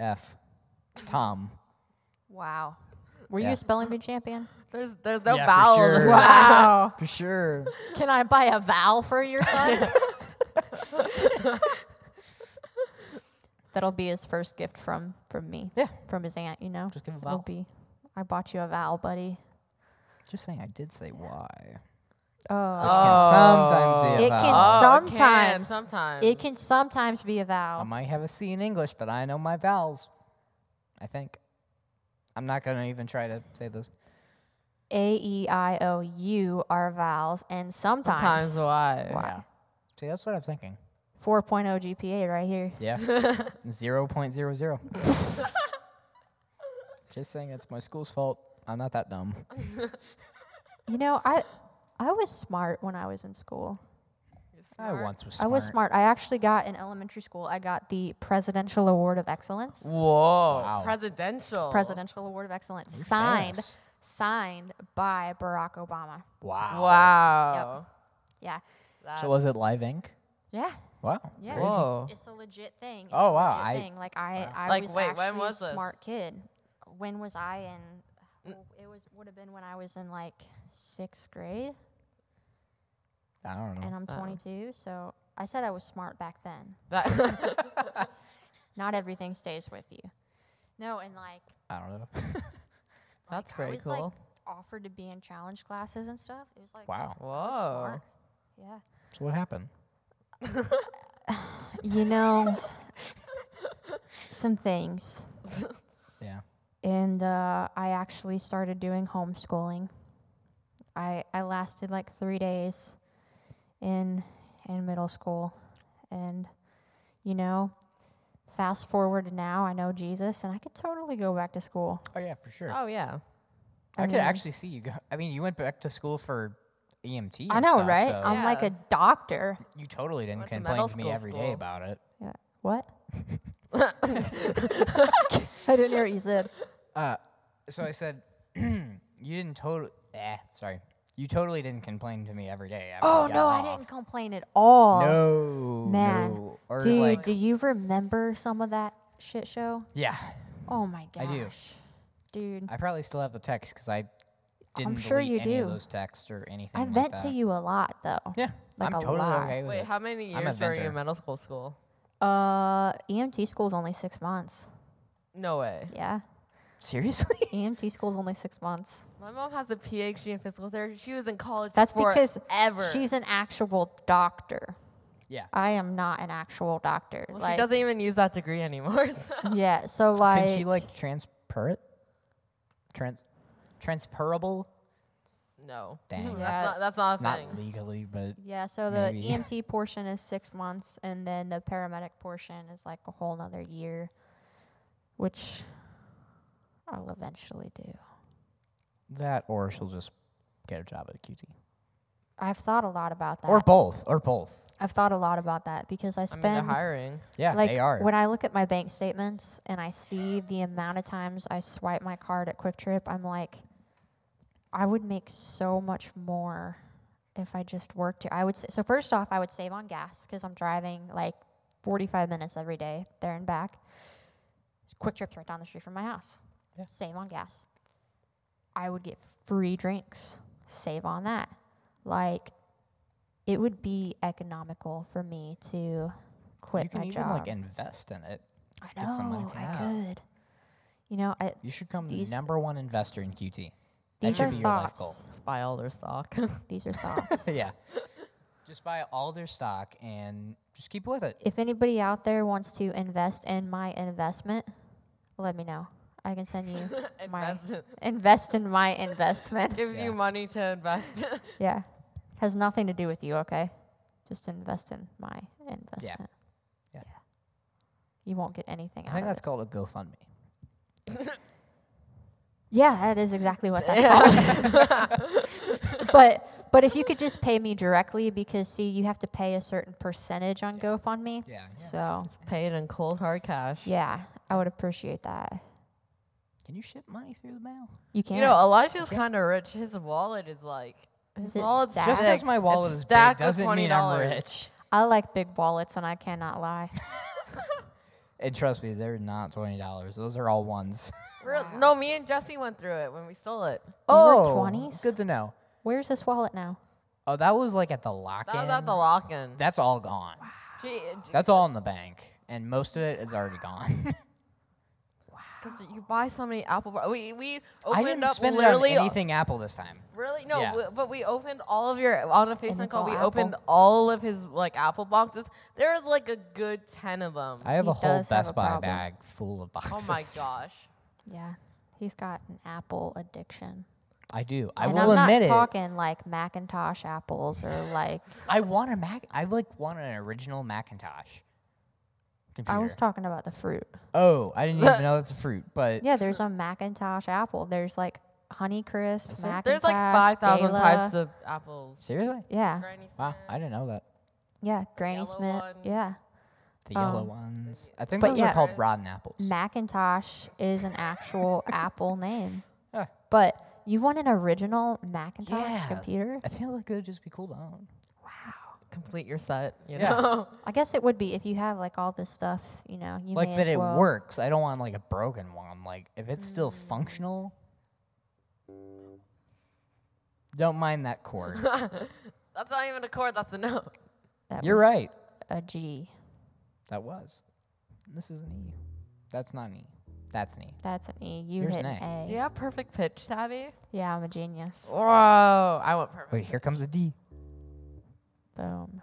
[SPEAKER 1] f. Tom.
[SPEAKER 3] wow. Were you
[SPEAKER 1] Yeah.
[SPEAKER 3] a spelling bee champion?
[SPEAKER 2] There's there's no
[SPEAKER 1] Yeah, for
[SPEAKER 2] vowels.
[SPEAKER 1] sure.
[SPEAKER 2] in that.
[SPEAKER 3] Wow.
[SPEAKER 1] For sure.
[SPEAKER 3] Can I buy a vowel for your son? That'll be his first gift from from me.
[SPEAKER 1] Yeah.
[SPEAKER 3] From his aunt, you know.
[SPEAKER 1] Just give a
[SPEAKER 3] It'll
[SPEAKER 1] vowel.
[SPEAKER 3] be I bought you a vowel, buddy.
[SPEAKER 1] Just saying, I did say why.
[SPEAKER 3] Oh.
[SPEAKER 1] Which can sometimes be a
[SPEAKER 3] It can
[SPEAKER 1] vowel.
[SPEAKER 2] Oh, it can,
[SPEAKER 3] sometimes
[SPEAKER 2] sometimes.
[SPEAKER 3] it can sometimes be a
[SPEAKER 1] I
[SPEAKER 3] vowel.
[SPEAKER 1] might have a C in English, but I know my vowels. I think. I'm not gonna even try to say those.
[SPEAKER 3] A E I O U are vowels and sometimes,
[SPEAKER 2] Times why?
[SPEAKER 1] Yeah. See, that's what I'm thinking.
[SPEAKER 3] 4.0 GPA right here.
[SPEAKER 1] Yeah. Zero point zero zero. Just saying, it's my school's fault. I'm not that dumb.
[SPEAKER 3] You know, I I was smart when I was in school.
[SPEAKER 1] I once was
[SPEAKER 3] I
[SPEAKER 1] smart.
[SPEAKER 3] was smart. I actually got in elementary school. I got the Presidential Award of Excellence.
[SPEAKER 2] Whoa.
[SPEAKER 1] Wow.
[SPEAKER 2] Presidential.
[SPEAKER 3] Presidential Award of Excellence
[SPEAKER 1] You're
[SPEAKER 3] signed
[SPEAKER 1] famous.
[SPEAKER 3] signed by Barack Obama.
[SPEAKER 1] Wow.
[SPEAKER 2] Wow.
[SPEAKER 3] Yeah.
[SPEAKER 1] So was it Live Inc?
[SPEAKER 3] Yeah.
[SPEAKER 1] Wow.
[SPEAKER 3] Yeah.
[SPEAKER 1] Crazy.
[SPEAKER 2] Whoa.
[SPEAKER 3] It's a legit thing. It's
[SPEAKER 1] Oh,
[SPEAKER 3] a
[SPEAKER 1] wow.
[SPEAKER 3] legit
[SPEAKER 1] I-
[SPEAKER 3] thing. Like I I
[SPEAKER 2] Like,
[SPEAKER 3] was
[SPEAKER 2] wait, when
[SPEAKER 3] actually
[SPEAKER 2] was
[SPEAKER 3] a
[SPEAKER 2] this?
[SPEAKER 3] smart kid. When was I in it was would have been when I was in like 6th grade
[SPEAKER 1] I don't know.
[SPEAKER 3] and
[SPEAKER 2] Uh-huh.
[SPEAKER 3] I'm 22, so I said I was smart back then.
[SPEAKER 2] That-
[SPEAKER 3] Not everything stays with you. No, and like
[SPEAKER 1] I don't know.
[SPEAKER 2] That's
[SPEAKER 3] I
[SPEAKER 2] pretty
[SPEAKER 3] was,
[SPEAKER 2] cool.
[SPEAKER 3] like, offered to be in challenge classes and stuff. It was like
[SPEAKER 1] Wow.
[SPEAKER 2] Whoa.
[SPEAKER 3] smart. yeah.
[SPEAKER 1] So what happened?
[SPEAKER 3] You know, some things.
[SPEAKER 1] Yeah.
[SPEAKER 3] And uh, I actually started doing homeschooling. I, I lasted like three days in, in middle school. And, you know, fast forward to now, I know Jesus, and I could totally go back to school.
[SPEAKER 1] Oh yeah, for sure.
[SPEAKER 2] Oh yeah.
[SPEAKER 1] I, could
[SPEAKER 3] mean-
[SPEAKER 1] actually see you go. I mean, you went back to school for EMT.
[SPEAKER 3] I
[SPEAKER 1] and
[SPEAKER 3] know,
[SPEAKER 1] stuff,
[SPEAKER 3] right?
[SPEAKER 1] so
[SPEAKER 3] I'm like
[SPEAKER 2] Yeah.
[SPEAKER 3] a doctor.
[SPEAKER 1] you totally didn't
[SPEAKER 2] Went to
[SPEAKER 1] complain
[SPEAKER 2] middle
[SPEAKER 1] to me
[SPEAKER 2] school
[SPEAKER 1] every day
[SPEAKER 2] school.
[SPEAKER 1] about it.
[SPEAKER 3] Yeah. What? I didn't hear what you said.
[SPEAKER 1] Uh, so I said, you didn't totally. Eh, sorry. You totally didn't complain to me every day. after
[SPEAKER 3] Oh,
[SPEAKER 1] you got
[SPEAKER 3] no, I
[SPEAKER 1] off.
[SPEAKER 3] didn't complain at all.
[SPEAKER 1] No,
[SPEAKER 3] Man,
[SPEAKER 1] no. Or
[SPEAKER 3] dude,
[SPEAKER 1] like,
[SPEAKER 3] do you remember some of that shit show?
[SPEAKER 1] yeah,
[SPEAKER 3] Oh my gosh.
[SPEAKER 1] I do.
[SPEAKER 3] Dude,
[SPEAKER 1] I probably still have the text because I didn't
[SPEAKER 3] sure
[SPEAKER 1] delete
[SPEAKER 3] you
[SPEAKER 1] any of
[SPEAKER 3] do.
[SPEAKER 1] those texts or anything.
[SPEAKER 3] I
[SPEAKER 1] like
[SPEAKER 3] vent to
[SPEAKER 1] that.
[SPEAKER 3] you a lot though.
[SPEAKER 1] Yeah,
[SPEAKER 3] like
[SPEAKER 1] I'm
[SPEAKER 3] a
[SPEAKER 1] totally
[SPEAKER 3] lot.
[SPEAKER 1] okay with
[SPEAKER 2] Wait,
[SPEAKER 1] it.
[SPEAKER 2] how many
[SPEAKER 1] I'm a
[SPEAKER 2] years were you
[SPEAKER 1] venter.
[SPEAKER 2] in middle school? School?
[SPEAKER 3] Uh, EMT school's only six months.
[SPEAKER 2] No way.
[SPEAKER 3] Yeah,
[SPEAKER 1] Seriously?
[SPEAKER 3] EMT school's only six months.
[SPEAKER 2] My mom has a PhD in physical therapy. She was in college.
[SPEAKER 3] That's
[SPEAKER 2] forever.
[SPEAKER 3] because she's an actual doctor.
[SPEAKER 1] yeah.
[SPEAKER 3] I am not an actual doctor.
[SPEAKER 2] Well,
[SPEAKER 3] like,
[SPEAKER 2] she doesn't even use that degree anymore. So.
[SPEAKER 3] Yeah, so like,
[SPEAKER 1] Can she like transfer it? Trans, transferable?
[SPEAKER 2] No.
[SPEAKER 1] Dang.
[SPEAKER 2] That's not, that's not a
[SPEAKER 1] Not
[SPEAKER 2] thing.
[SPEAKER 1] legally, but
[SPEAKER 3] yeah, so the
[SPEAKER 1] maybe.
[SPEAKER 3] EMT portion is six months, and then the paramedic portion is like a whole nother year, which I'll eventually do.
[SPEAKER 1] that or she'll just get a job at a QT.
[SPEAKER 3] I've thought a lot about that.
[SPEAKER 1] or both, or both.
[SPEAKER 3] I've thought a lot about that because
[SPEAKER 2] I
[SPEAKER 3] I
[SPEAKER 2] mean, they're
[SPEAKER 3] spend
[SPEAKER 2] hiring.
[SPEAKER 1] Yeah,
[SPEAKER 3] like
[SPEAKER 1] they are.
[SPEAKER 3] when I look at my bank statements and I see the amount of times I swipe my card at Quick Trip, I'm like, I would make so much more if I just worked here. I would sa- so first off, I would save on gas because I'm driving like 45 minutes every day there and back. Quick Trip's right down the street from my house.
[SPEAKER 1] Yeah.
[SPEAKER 3] Save on gas. I would get free drinks. Save on that. Like. It would be economical for me to quit
[SPEAKER 1] you can
[SPEAKER 3] my
[SPEAKER 1] even
[SPEAKER 3] job.
[SPEAKER 1] like invest in it.
[SPEAKER 3] I
[SPEAKER 1] Get some money
[SPEAKER 3] know,
[SPEAKER 1] from
[SPEAKER 3] I
[SPEAKER 1] that.
[SPEAKER 3] could. You know, I,
[SPEAKER 1] You should come
[SPEAKER 3] These-
[SPEAKER 1] the number one investor in QT. That
[SPEAKER 3] these
[SPEAKER 1] should
[SPEAKER 3] are
[SPEAKER 1] be your life goal.
[SPEAKER 3] thoughts.
[SPEAKER 2] Buy all their stock.
[SPEAKER 3] These are thoughts.
[SPEAKER 1] yeah. Just buy all their stock and just keep with it.
[SPEAKER 3] If anybody out there wants to invest in my investment, let me know. I can send you my
[SPEAKER 2] invest, it.
[SPEAKER 3] invest in my investment.
[SPEAKER 2] gives
[SPEAKER 1] Yeah.
[SPEAKER 2] you money to invest.
[SPEAKER 3] Yeah, has nothing to do with you. Okay, just invest in my investment.
[SPEAKER 1] Yeah.
[SPEAKER 3] You won't get anything
[SPEAKER 1] I
[SPEAKER 3] out
[SPEAKER 1] think
[SPEAKER 3] of
[SPEAKER 1] that's
[SPEAKER 3] it.
[SPEAKER 1] called a GoFundMe.
[SPEAKER 3] Yeah, that is exactly what that's called. but but if you could just pay me directly, because see, you have to pay a certain percentage on GoFundMe.
[SPEAKER 1] Yeah.
[SPEAKER 3] So
[SPEAKER 2] Pay it in cold hard cash.
[SPEAKER 3] yeah, I would appreciate that.
[SPEAKER 1] Can you ship money through the mail?
[SPEAKER 3] You can.
[SPEAKER 2] You know, Elijah's kind of rich. His wallet is like
[SPEAKER 3] Is
[SPEAKER 2] his
[SPEAKER 3] it
[SPEAKER 2] wallet's
[SPEAKER 3] stacked?
[SPEAKER 1] Just
[SPEAKER 3] Just
[SPEAKER 1] because
[SPEAKER 2] thick.
[SPEAKER 1] my
[SPEAKER 2] It's
[SPEAKER 1] wallet is big
[SPEAKER 2] stacked with
[SPEAKER 1] doesn't mean I'm
[SPEAKER 2] $20.
[SPEAKER 1] rich.
[SPEAKER 3] I like big wallets, and I cannot lie.
[SPEAKER 1] And trust me, they're not twenty dollars. Those are all ones.
[SPEAKER 2] Real- No, me and Jesse went through it when we stole it.
[SPEAKER 3] were 20s?
[SPEAKER 1] Oh, good to know.
[SPEAKER 3] Where's this wallet now?
[SPEAKER 1] Oh, that was like at the lock.
[SPEAKER 2] That was at the lock-in.
[SPEAKER 1] That's all gone.
[SPEAKER 2] She,
[SPEAKER 1] That's all in the bank, and most of it is already gone.
[SPEAKER 2] because you buy so many Apple. Bar- we we opened
[SPEAKER 1] I didn't
[SPEAKER 2] up
[SPEAKER 1] spend it on
[SPEAKER 2] literally
[SPEAKER 1] anything Apple this time.
[SPEAKER 2] Really? No,
[SPEAKER 1] Yeah.
[SPEAKER 2] we- but we opened all of your on a Facebook
[SPEAKER 3] it's
[SPEAKER 2] call.
[SPEAKER 3] all
[SPEAKER 2] We
[SPEAKER 3] Apple.
[SPEAKER 2] opened all of his like Apple boxes. There was like a good ten of them.
[SPEAKER 1] I have
[SPEAKER 3] He
[SPEAKER 1] a whole
[SPEAKER 3] does have
[SPEAKER 1] Best
[SPEAKER 3] a
[SPEAKER 1] Buy
[SPEAKER 3] problem.
[SPEAKER 1] bag full of
[SPEAKER 2] oh
[SPEAKER 1] boxes.
[SPEAKER 2] my gosh!
[SPEAKER 3] Yeah, he's got an Apple addiction.
[SPEAKER 1] I do. I
[SPEAKER 3] and
[SPEAKER 1] will
[SPEAKER 3] I'm not
[SPEAKER 1] admit it.
[SPEAKER 3] talking like Macintosh apples or like
[SPEAKER 1] I want a Mac. I like want an original Macintosh. Computer.
[SPEAKER 3] I was talking about the fruit.
[SPEAKER 1] oh, I didn't even know that's a fruit, but
[SPEAKER 3] Yeah, there's a Macintosh apple. There's like Honeycrisp, Macintosh.
[SPEAKER 2] There's like five thousand types of apples.
[SPEAKER 1] seriously,
[SPEAKER 3] Yeah,
[SPEAKER 2] Granny
[SPEAKER 1] wow,
[SPEAKER 2] Smith.
[SPEAKER 1] I didn't know that.
[SPEAKER 3] yeah, Granny
[SPEAKER 2] Yellow
[SPEAKER 3] Smith.
[SPEAKER 2] ones.
[SPEAKER 3] Yeah,
[SPEAKER 1] The yellow
[SPEAKER 3] Um,
[SPEAKER 1] ones. I think
[SPEAKER 3] but
[SPEAKER 1] those are
[SPEAKER 3] yeah.
[SPEAKER 1] called rotten apples.
[SPEAKER 3] Macintosh is an actual apple name.
[SPEAKER 1] Huh.
[SPEAKER 3] But you want an original Macintosh
[SPEAKER 1] Yeah.
[SPEAKER 3] computer?
[SPEAKER 1] I feel like it would just be cool to own.
[SPEAKER 2] Complete your set. You
[SPEAKER 1] Yeah.
[SPEAKER 2] know?
[SPEAKER 3] I guess it would be if you have like all this stuff, you know, you
[SPEAKER 1] like
[SPEAKER 3] may
[SPEAKER 1] that
[SPEAKER 3] as
[SPEAKER 1] it
[SPEAKER 3] well. Mm.
[SPEAKER 1] works. I don't want like a broken one. Like if it's still functional, don't mind that cord.
[SPEAKER 2] That's not even a chord. That's a note.
[SPEAKER 3] That
[SPEAKER 1] You're
[SPEAKER 3] was
[SPEAKER 1] right.
[SPEAKER 3] A G.
[SPEAKER 1] That was. This is an E. That's not an E. That's an E.
[SPEAKER 3] That's an E. You
[SPEAKER 1] Yours
[SPEAKER 3] hit
[SPEAKER 1] an
[SPEAKER 3] an
[SPEAKER 1] A.
[SPEAKER 3] A.
[SPEAKER 2] Do you have perfect pitch, Tabby?
[SPEAKER 3] Yeah, I'm a
[SPEAKER 2] Oh.
[SPEAKER 3] genius.
[SPEAKER 2] Whoa! I went perfect.
[SPEAKER 1] Wait, here comes a D.
[SPEAKER 3] Boom.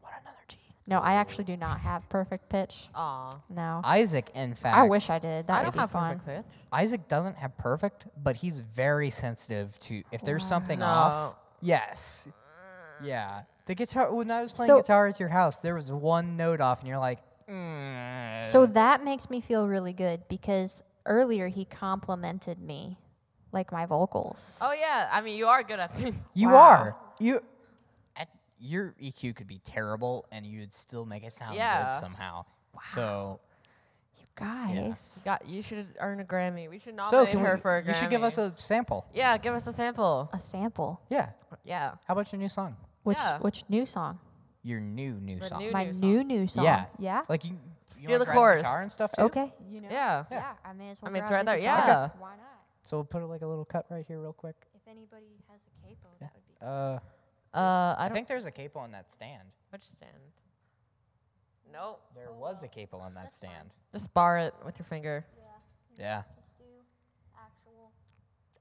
[SPEAKER 1] What another G?
[SPEAKER 3] No, I actually do not have perfect pitch.
[SPEAKER 2] Aw.
[SPEAKER 3] No.
[SPEAKER 1] Isaac, in fact.
[SPEAKER 3] I wish I did. That
[SPEAKER 2] I
[SPEAKER 3] would
[SPEAKER 2] don't
[SPEAKER 3] be
[SPEAKER 2] have
[SPEAKER 3] fun.
[SPEAKER 2] perfect pitch.
[SPEAKER 1] Isaac doesn't have perfect, but he's very sensitive to if there's
[SPEAKER 3] Mm,
[SPEAKER 1] something
[SPEAKER 2] No.
[SPEAKER 1] off. Yes. Yeah. The guitar when I was playing
[SPEAKER 3] So-
[SPEAKER 1] guitar at your house, there was one note off, and you're like, mm.
[SPEAKER 3] So that makes me feel really good because earlier he complimented me, like my vocals.
[SPEAKER 2] Oh yeah. I mean, you are good at singing.
[SPEAKER 1] you
[SPEAKER 3] wow.
[SPEAKER 1] are you. At, your EQ could be terrible, and you'd still make it sound
[SPEAKER 2] Yeah.
[SPEAKER 1] good somehow. So,
[SPEAKER 3] You guys.
[SPEAKER 2] Got. You should earn a Grammy. We should
[SPEAKER 1] so
[SPEAKER 2] nominate
[SPEAKER 1] can
[SPEAKER 2] her
[SPEAKER 1] we,
[SPEAKER 2] for a Grammy.
[SPEAKER 1] you should give us a sample.
[SPEAKER 2] Yeah, give us a sample.
[SPEAKER 3] A sample.
[SPEAKER 1] Yeah.
[SPEAKER 2] Yeah.
[SPEAKER 1] How about your new song?
[SPEAKER 3] Which
[SPEAKER 2] Yeah.
[SPEAKER 3] which new song?
[SPEAKER 1] Your new new
[SPEAKER 2] The
[SPEAKER 1] song.
[SPEAKER 2] new-
[SPEAKER 3] my new new song.
[SPEAKER 1] Yeah.
[SPEAKER 3] Yeah.
[SPEAKER 1] Like you. you
[SPEAKER 2] do
[SPEAKER 1] wanna
[SPEAKER 2] the
[SPEAKER 1] grab
[SPEAKER 2] chorus.
[SPEAKER 1] Guitar and stuff too.
[SPEAKER 3] Okay. You know.
[SPEAKER 2] Yeah.
[SPEAKER 1] Yeah.
[SPEAKER 3] I may as
[SPEAKER 2] I
[SPEAKER 3] well.
[SPEAKER 2] mean, it's
[SPEAKER 3] grab
[SPEAKER 2] right
[SPEAKER 3] the
[SPEAKER 2] there,
[SPEAKER 3] guitar.
[SPEAKER 2] yeah.
[SPEAKER 3] Why not?
[SPEAKER 1] So we'll put like a little cut right here, real quick.
[SPEAKER 3] If anybody has a capo, that would be.
[SPEAKER 1] Uh,
[SPEAKER 2] Uh, I
[SPEAKER 1] I
[SPEAKER 2] don't.
[SPEAKER 1] think there's a capo on that stand.
[SPEAKER 2] Which stand? Nope.
[SPEAKER 1] There
[SPEAKER 3] Oh,
[SPEAKER 1] was a capo on that stand.
[SPEAKER 2] Just bar it with your finger.
[SPEAKER 1] Yeah.
[SPEAKER 3] Just do actual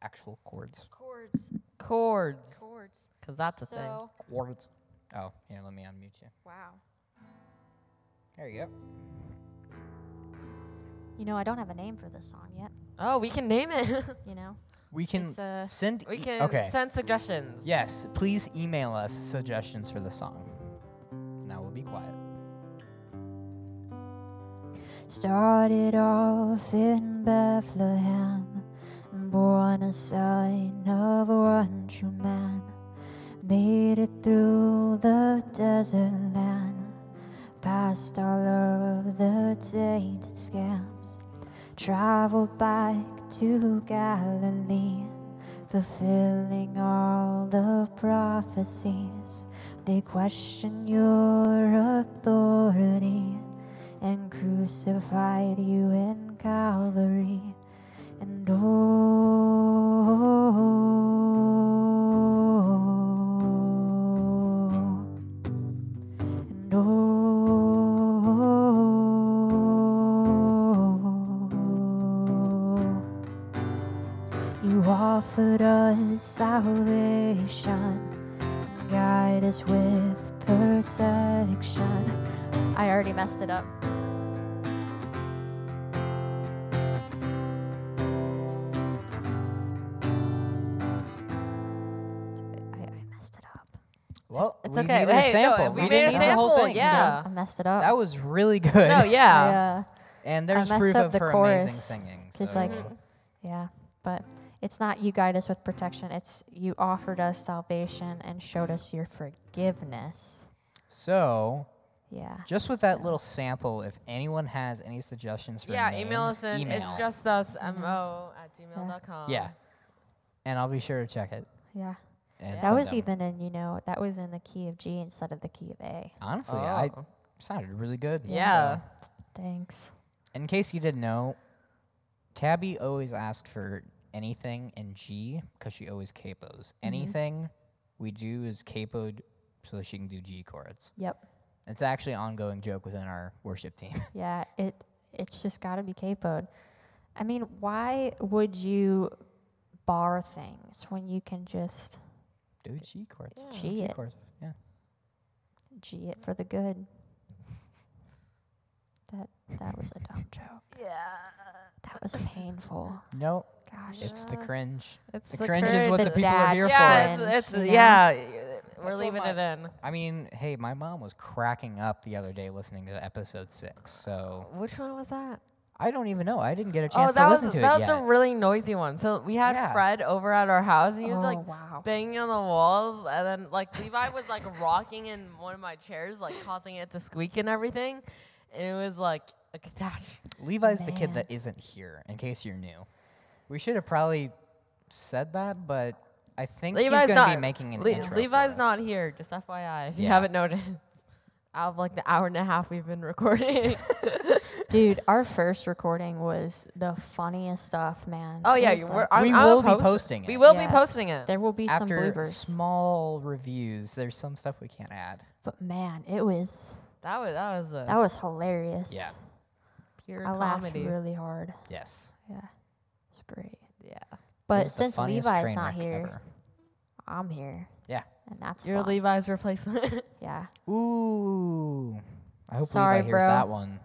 [SPEAKER 1] Actual chords.
[SPEAKER 3] chords.
[SPEAKER 2] Chords.
[SPEAKER 3] Chords.
[SPEAKER 2] Because that's a
[SPEAKER 3] so,
[SPEAKER 2] thing.
[SPEAKER 1] Chords. Oh, here, let me unmute you.
[SPEAKER 3] wow.
[SPEAKER 1] There you go.
[SPEAKER 3] You know, I don't have a name for this song yet.
[SPEAKER 2] Oh, we can name it.
[SPEAKER 3] You know,
[SPEAKER 1] We can
[SPEAKER 3] It's, uh,
[SPEAKER 1] send.
[SPEAKER 2] we
[SPEAKER 1] e-
[SPEAKER 2] can
[SPEAKER 1] okay.
[SPEAKER 2] send suggestions.
[SPEAKER 1] yes, please email us suggestions for the song. Now we'll be quiet.
[SPEAKER 3] started off in Bethlehem, born a son of one true man. Made it through the desert land, past all of the tainted scams. Traveled back to Galilee, fulfilling all the prophecies. They questioned your authority and crucified you in Calvary. And oh, and oh, you offered us salvation, guide us with protection. I already messed it up. I, I messed it up.
[SPEAKER 1] Well,
[SPEAKER 2] It's
[SPEAKER 1] we
[SPEAKER 2] okay.
[SPEAKER 1] needed a
[SPEAKER 2] Hey, no,
[SPEAKER 1] sample.
[SPEAKER 2] we
[SPEAKER 1] didn't
[SPEAKER 2] made a
[SPEAKER 1] need the whole
[SPEAKER 2] sample,
[SPEAKER 1] thing. so
[SPEAKER 2] yeah.
[SPEAKER 3] I messed it up. uh,
[SPEAKER 1] that was really good.
[SPEAKER 2] No, yeah.
[SPEAKER 3] yeah.
[SPEAKER 1] And there's
[SPEAKER 3] messed
[SPEAKER 1] proof
[SPEAKER 3] up
[SPEAKER 1] of
[SPEAKER 3] the
[SPEAKER 1] her amazing
[SPEAKER 3] chorus,
[SPEAKER 1] singing.
[SPEAKER 3] 'cause,
[SPEAKER 1] so-
[SPEAKER 3] like, Yeah, but it's not you guide us with protection. It's you offered us salvation and showed us your forgiveness.
[SPEAKER 1] so
[SPEAKER 3] Yeah.
[SPEAKER 1] just with that little sample, if anyone has any suggestions for
[SPEAKER 2] Yeah,
[SPEAKER 1] a name,
[SPEAKER 2] email us in.
[SPEAKER 1] email. Mm-hmm.
[SPEAKER 2] It's just us, mo at gmail.com.
[SPEAKER 1] yeah, and I'll be sure to check it.
[SPEAKER 3] Yeah.
[SPEAKER 1] And
[SPEAKER 3] That
[SPEAKER 1] send
[SPEAKER 3] was
[SPEAKER 1] them.
[SPEAKER 3] even in, you know, that was in the key of G instead of the key of A.
[SPEAKER 1] honestly, I
[SPEAKER 2] Oh.
[SPEAKER 1] sounded really good.
[SPEAKER 2] Yeah.
[SPEAKER 1] so-
[SPEAKER 3] Thanks.
[SPEAKER 1] in case you didn't know, Tabby always asked for anything in G because she always capos.
[SPEAKER 3] Mm-hmm.
[SPEAKER 1] Anything we do is capoed so that she can do G chords.
[SPEAKER 3] Yep.
[SPEAKER 1] It's actually an ongoing joke within our worship team.
[SPEAKER 3] Yeah. It it's just got to be capoed. I mean, why would you bar things when you can just
[SPEAKER 1] do G chords.
[SPEAKER 3] Yeah. G it.
[SPEAKER 1] chords. Yeah.
[SPEAKER 3] G it for the good? That that was a dumb joke.
[SPEAKER 2] Yeah.
[SPEAKER 3] That was painful.
[SPEAKER 1] No,
[SPEAKER 3] Gosh.
[SPEAKER 1] it's the cringe.
[SPEAKER 2] It's
[SPEAKER 1] The cringe is what
[SPEAKER 3] the
[SPEAKER 1] the people are
[SPEAKER 3] dad
[SPEAKER 1] here
[SPEAKER 2] yeah,
[SPEAKER 1] for.
[SPEAKER 3] it.
[SPEAKER 2] it's,
[SPEAKER 3] You
[SPEAKER 2] it's
[SPEAKER 3] know?
[SPEAKER 2] yeah. y- We're
[SPEAKER 1] That's what
[SPEAKER 2] leaving
[SPEAKER 1] my-
[SPEAKER 2] it in.
[SPEAKER 1] I mean, hey, my mom was cracking up the other day listening to episode six, so
[SPEAKER 2] Which one was that?
[SPEAKER 1] I don't even know. I didn't get a
[SPEAKER 2] Oh,
[SPEAKER 1] chance
[SPEAKER 2] that
[SPEAKER 1] to
[SPEAKER 2] was
[SPEAKER 1] listen
[SPEAKER 2] that
[SPEAKER 1] to it
[SPEAKER 2] was
[SPEAKER 1] yet.
[SPEAKER 2] a really noisy one. So we had
[SPEAKER 1] Yeah.
[SPEAKER 2] Fred over at our house, and he was
[SPEAKER 3] oh,
[SPEAKER 2] like
[SPEAKER 3] wow.
[SPEAKER 2] banging on the walls, and then like Levi was like rocking in one of my chairs, like causing it to squeak and everything, and it was like a catastrophe.
[SPEAKER 1] Levi's the kid
[SPEAKER 3] Man.
[SPEAKER 1] that isn't here, in case you're new. We should have probably said that, but I think
[SPEAKER 2] Levi's
[SPEAKER 1] she's going to
[SPEAKER 2] not
[SPEAKER 1] be making an
[SPEAKER 2] Le-
[SPEAKER 1] intro. for
[SPEAKER 2] Levi's
[SPEAKER 1] us.
[SPEAKER 2] not here, just FYI, if you
[SPEAKER 1] Yeah.
[SPEAKER 2] haven't noticed. Out of like the hour and a half we've been recording.
[SPEAKER 3] Dude, our first recording was the funniest stuff, man.
[SPEAKER 2] oh
[SPEAKER 3] It
[SPEAKER 2] yeah,
[SPEAKER 3] was
[SPEAKER 2] you
[SPEAKER 3] like-
[SPEAKER 2] we're, I'm,
[SPEAKER 1] we
[SPEAKER 2] I
[SPEAKER 1] will be
[SPEAKER 2] post-
[SPEAKER 1] posting it.
[SPEAKER 2] We will
[SPEAKER 3] Yeah.
[SPEAKER 2] be posting it.
[SPEAKER 3] there will be some
[SPEAKER 1] After
[SPEAKER 3] bloopers,
[SPEAKER 1] small reviews, there's some stuff we can't add.
[SPEAKER 3] but man, it was
[SPEAKER 2] That was that was a
[SPEAKER 3] that was hilarious.
[SPEAKER 1] Yeah.
[SPEAKER 2] pure
[SPEAKER 3] I laughed
[SPEAKER 2] comedy.
[SPEAKER 3] really hard.
[SPEAKER 1] Yes. It
[SPEAKER 3] Yeah, it's great.
[SPEAKER 2] Yeah,
[SPEAKER 3] But
[SPEAKER 1] was the
[SPEAKER 3] since
[SPEAKER 1] funniest
[SPEAKER 3] Levi's
[SPEAKER 1] train
[SPEAKER 3] not
[SPEAKER 1] wreck
[SPEAKER 3] here,
[SPEAKER 1] ever.
[SPEAKER 3] I'm here,
[SPEAKER 1] Yeah.
[SPEAKER 3] and that's
[SPEAKER 2] you're
[SPEAKER 3] fun.
[SPEAKER 2] Levi's replacement.
[SPEAKER 3] yeah,
[SPEAKER 1] Ooh. I hope
[SPEAKER 3] Sorry,
[SPEAKER 1] Levi hears
[SPEAKER 3] bro.
[SPEAKER 1] that one.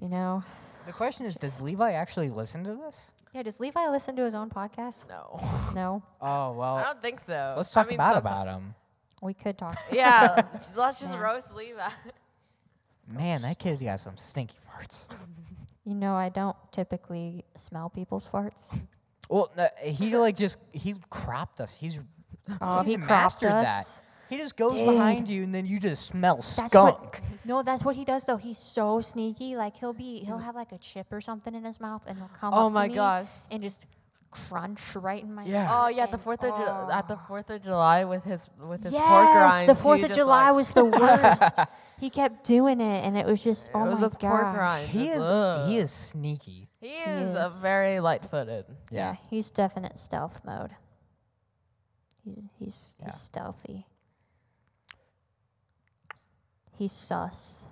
[SPEAKER 3] you know.
[SPEAKER 1] The question is, does Levi actually listen to this?
[SPEAKER 3] Yeah, does Levi listen to his own podcast?
[SPEAKER 2] no,
[SPEAKER 3] No,
[SPEAKER 1] Oh
[SPEAKER 2] I
[SPEAKER 1] well,
[SPEAKER 2] don't think so.
[SPEAKER 1] let's talk
[SPEAKER 2] I mean,
[SPEAKER 1] bad
[SPEAKER 2] sometimes-
[SPEAKER 1] about him.
[SPEAKER 3] we could talk.
[SPEAKER 2] Yeah, let's just
[SPEAKER 3] Yeah.
[SPEAKER 2] roast Levi.
[SPEAKER 1] Man, that kid's got some stinky farts.
[SPEAKER 3] You know, I don't typically smell people's farts.
[SPEAKER 1] Well, no, he like just he cropped us. He's
[SPEAKER 3] Oh,
[SPEAKER 1] he's
[SPEAKER 3] he cropped
[SPEAKER 1] mastered
[SPEAKER 3] us.
[SPEAKER 1] that. He just goes
[SPEAKER 3] Dude.
[SPEAKER 1] behind you and then you just smell skunk.
[SPEAKER 3] That's What, no, that's what he does though. He's so sneaky. Like he'll be, he'll have like a chip or something in his mouth, and he'll come.
[SPEAKER 2] Oh
[SPEAKER 3] up
[SPEAKER 2] my
[SPEAKER 3] to me
[SPEAKER 2] gosh.
[SPEAKER 3] And just crunch right in my.
[SPEAKER 1] Yeah.
[SPEAKER 2] Oh
[SPEAKER 3] mouth,
[SPEAKER 2] yeah, the
[SPEAKER 3] and-
[SPEAKER 2] Fourth of Ju-
[SPEAKER 3] oh.
[SPEAKER 2] at the Fourth of July with his with his pork
[SPEAKER 3] Yes,
[SPEAKER 2] rinds.
[SPEAKER 3] the
[SPEAKER 2] he
[SPEAKER 3] Fourth of
[SPEAKER 2] just,
[SPEAKER 3] July
[SPEAKER 2] like-
[SPEAKER 3] was the worst. he kept doing it, and it was just oh
[SPEAKER 2] it was
[SPEAKER 3] my
[SPEAKER 2] with pork
[SPEAKER 3] god.
[SPEAKER 2] rinds.
[SPEAKER 1] He
[SPEAKER 2] It's-
[SPEAKER 1] is
[SPEAKER 2] ugh.
[SPEAKER 1] he is sneaky.
[SPEAKER 2] He is,
[SPEAKER 3] is.
[SPEAKER 2] a very light-footed.
[SPEAKER 1] Yeah.
[SPEAKER 3] he's definite stealth mode. He's he's,
[SPEAKER 1] Yeah.
[SPEAKER 3] he's stealthy. He's sus.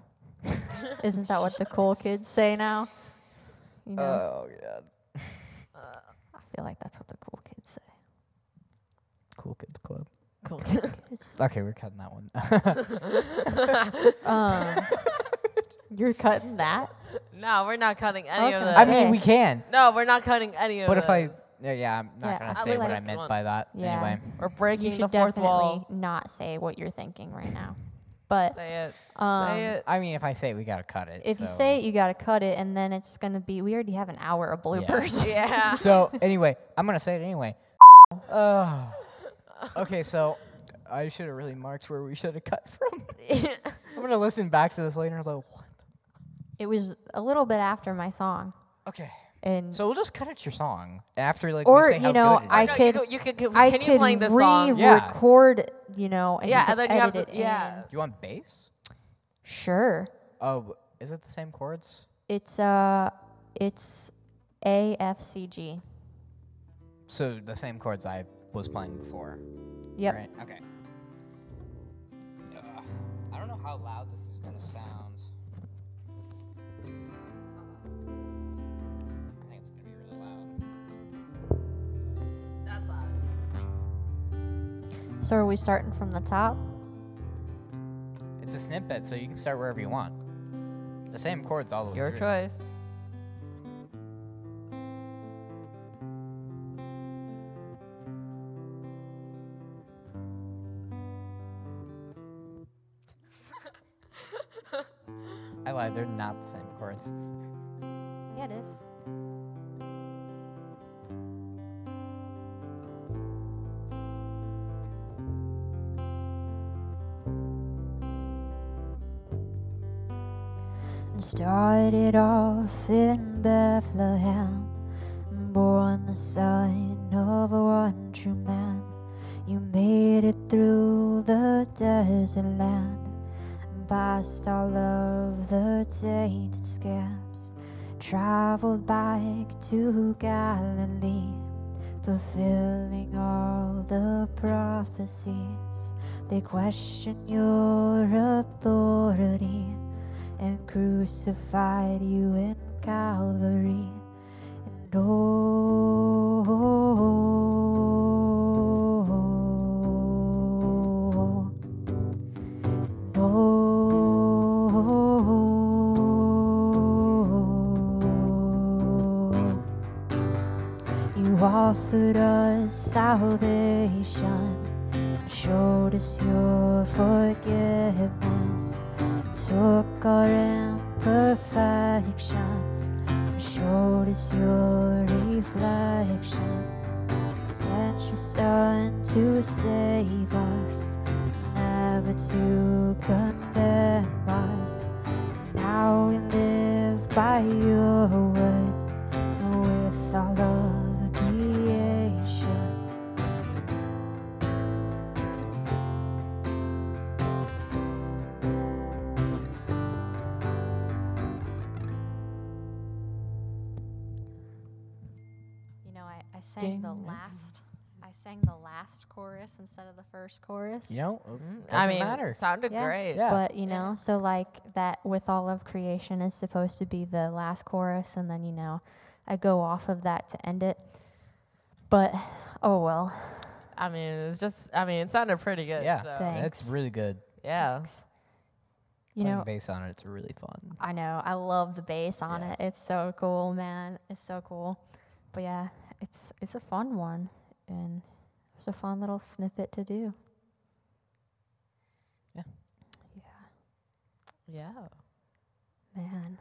[SPEAKER 3] Isn't that what the cool kids say now? You know?
[SPEAKER 1] Oh god.
[SPEAKER 3] I feel like that's what the cool kids say.
[SPEAKER 1] Cool kids club.
[SPEAKER 2] Cool.
[SPEAKER 1] Okay, we're cutting that one.
[SPEAKER 3] Um, you're cutting that?
[SPEAKER 2] no, we're not cutting any
[SPEAKER 3] was
[SPEAKER 2] of
[SPEAKER 3] gonna
[SPEAKER 2] this.
[SPEAKER 1] I
[SPEAKER 3] Say.
[SPEAKER 1] mean, we can.
[SPEAKER 2] no, we're not cutting any of
[SPEAKER 1] But if I
[SPEAKER 2] this.
[SPEAKER 1] yeah, yeah I'm not
[SPEAKER 3] Yeah,
[SPEAKER 1] gonna
[SPEAKER 3] I
[SPEAKER 1] say
[SPEAKER 3] would
[SPEAKER 1] what
[SPEAKER 3] like
[SPEAKER 1] I
[SPEAKER 2] this
[SPEAKER 1] meant
[SPEAKER 2] one.
[SPEAKER 1] by that.
[SPEAKER 3] Yeah.
[SPEAKER 1] Anyway,
[SPEAKER 2] we're
[SPEAKER 3] You
[SPEAKER 2] breaking the
[SPEAKER 3] should
[SPEAKER 2] fourth
[SPEAKER 3] definitely
[SPEAKER 2] wall.
[SPEAKER 3] not say what you're thinking right now. But
[SPEAKER 2] Say it.
[SPEAKER 3] um,
[SPEAKER 2] say it.
[SPEAKER 1] I mean, if I say it, we gotta cut it.
[SPEAKER 3] if you
[SPEAKER 1] so-
[SPEAKER 3] say it, you got to cut it, and then it's going to be, we already have an hour of bloopers.
[SPEAKER 2] Yeah.
[SPEAKER 1] so, anyway, I'm gonna say it anyway. Oh, Okay, so I should have really marked where we should have cut from. I'm gonna listen back to this later. and I'm Like, what?
[SPEAKER 4] It was a little bit after my song,
[SPEAKER 1] Okay.
[SPEAKER 4] and
[SPEAKER 1] So we'll just cut at your song after, like,
[SPEAKER 4] Or,
[SPEAKER 1] we say
[SPEAKER 4] you
[SPEAKER 1] how
[SPEAKER 4] know,
[SPEAKER 1] good it
[SPEAKER 4] I
[SPEAKER 1] is.
[SPEAKER 2] no,
[SPEAKER 4] could-
[SPEAKER 2] you, could, you could continue
[SPEAKER 4] I could
[SPEAKER 2] playing this song.
[SPEAKER 1] Yeah.
[SPEAKER 4] re-record, you know, and,
[SPEAKER 2] Yeah,
[SPEAKER 4] you
[SPEAKER 2] and
[SPEAKER 4] could
[SPEAKER 2] then you have
[SPEAKER 4] edit
[SPEAKER 2] to-
[SPEAKER 4] it.
[SPEAKER 2] yeah.
[SPEAKER 4] in.
[SPEAKER 1] Do you want bass?
[SPEAKER 4] sure.
[SPEAKER 1] Oh, is it the same chords?
[SPEAKER 4] It's uh, it's A F C G.
[SPEAKER 1] So the same chords I was playing before.
[SPEAKER 4] Yep.
[SPEAKER 1] Right. Okay. Ugh. I don't know how loud this is gonna sound. I think it's gonna be really loud.
[SPEAKER 2] That's loud.
[SPEAKER 4] So are we starting from the top?
[SPEAKER 1] It's a snippet, so you can start wherever you want. The same chords all the way
[SPEAKER 2] Your
[SPEAKER 1] through.
[SPEAKER 2] choice.
[SPEAKER 1] I lied. They're not the same chords.
[SPEAKER 4] Yeah, it is. Started off in Bethlehem, born the son of one true man. You made it through the desert land, past all of the tainted scabs. Traveled back to Galilee, fulfilling all the prophecies. They questioned your authority and crucified you in Calvary. And oh, and oh, you offered us salvation, showed us your forgiveness, took our imperfections, showed us your reflection, sent your son to save us, never to condemn us. Now we live by your word with all of the creation. You know, I, I sang the last. I sang the last chorus instead of the first chorus.
[SPEAKER 1] You know, doesn't
[SPEAKER 2] I mean,
[SPEAKER 1] matter.
[SPEAKER 2] sounded
[SPEAKER 4] Yeah.
[SPEAKER 2] great.
[SPEAKER 1] Yeah.
[SPEAKER 4] But you know, so like that with all of creation is supposed to be the last chorus, and then you know, I go off of that to end it. But oh well.
[SPEAKER 2] I mean, it's just. I mean, it sounded pretty good.
[SPEAKER 1] Yeah,
[SPEAKER 2] So,
[SPEAKER 4] Thanks.
[SPEAKER 1] that's really good.
[SPEAKER 2] yeah.
[SPEAKER 4] You
[SPEAKER 1] Playing
[SPEAKER 4] know,
[SPEAKER 1] bass on it, it's really fun.
[SPEAKER 4] I know I love the bass on
[SPEAKER 1] Yeah.
[SPEAKER 4] it. It's so cool, man. It's so cool. But yeah, it's it's a fun one, and it's a fun little snippet to do.
[SPEAKER 1] Yeah.
[SPEAKER 4] Yeah,
[SPEAKER 2] Yeah.
[SPEAKER 4] man.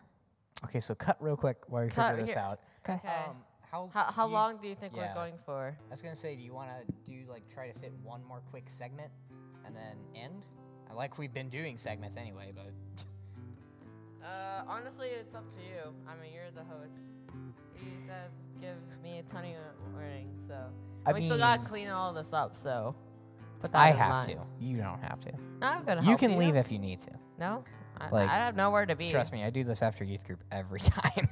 [SPEAKER 1] Okay, so cut real quick while we
[SPEAKER 2] Cut
[SPEAKER 1] figure this
[SPEAKER 2] here.
[SPEAKER 1] out.
[SPEAKER 4] Okay.
[SPEAKER 2] Okay.
[SPEAKER 1] Um, how
[SPEAKER 2] how how
[SPEAKER 1] do you-
[SPEAKER 2] long do you think
[SPEAKER 1] yeah.
[SPEAKER 2] we're going for?
[SPEAKER 1] I was gonna say, do you want to do like try to fit one more quick segment and then end? I like we've been doing segments anyway, but
[SPEAKER 2] Uh, honestly, it's up to you. I mean, you're the host. He says give me a twenty minute warning, so
[SPEAKER 1] I
[SPEAKER 2] we still gotta
[SPEAKER 1] mean-
[SPEAKER 2] clean all this up. So, but
[SPEAKER 1] I have to. You don't have to.
[SPEAKER 2] I'm gonna.
[SPEAKER 1] You
[SPEAKER 2] help
[SPEAKER 1] can leave if you need to.
[SPEAKER 2] No, I,
[SPEAKER 1] Like,
[SPEAKER 2] I have nowhere to be.
[SPEAKER 1] Trust me, I do this after youth group every time.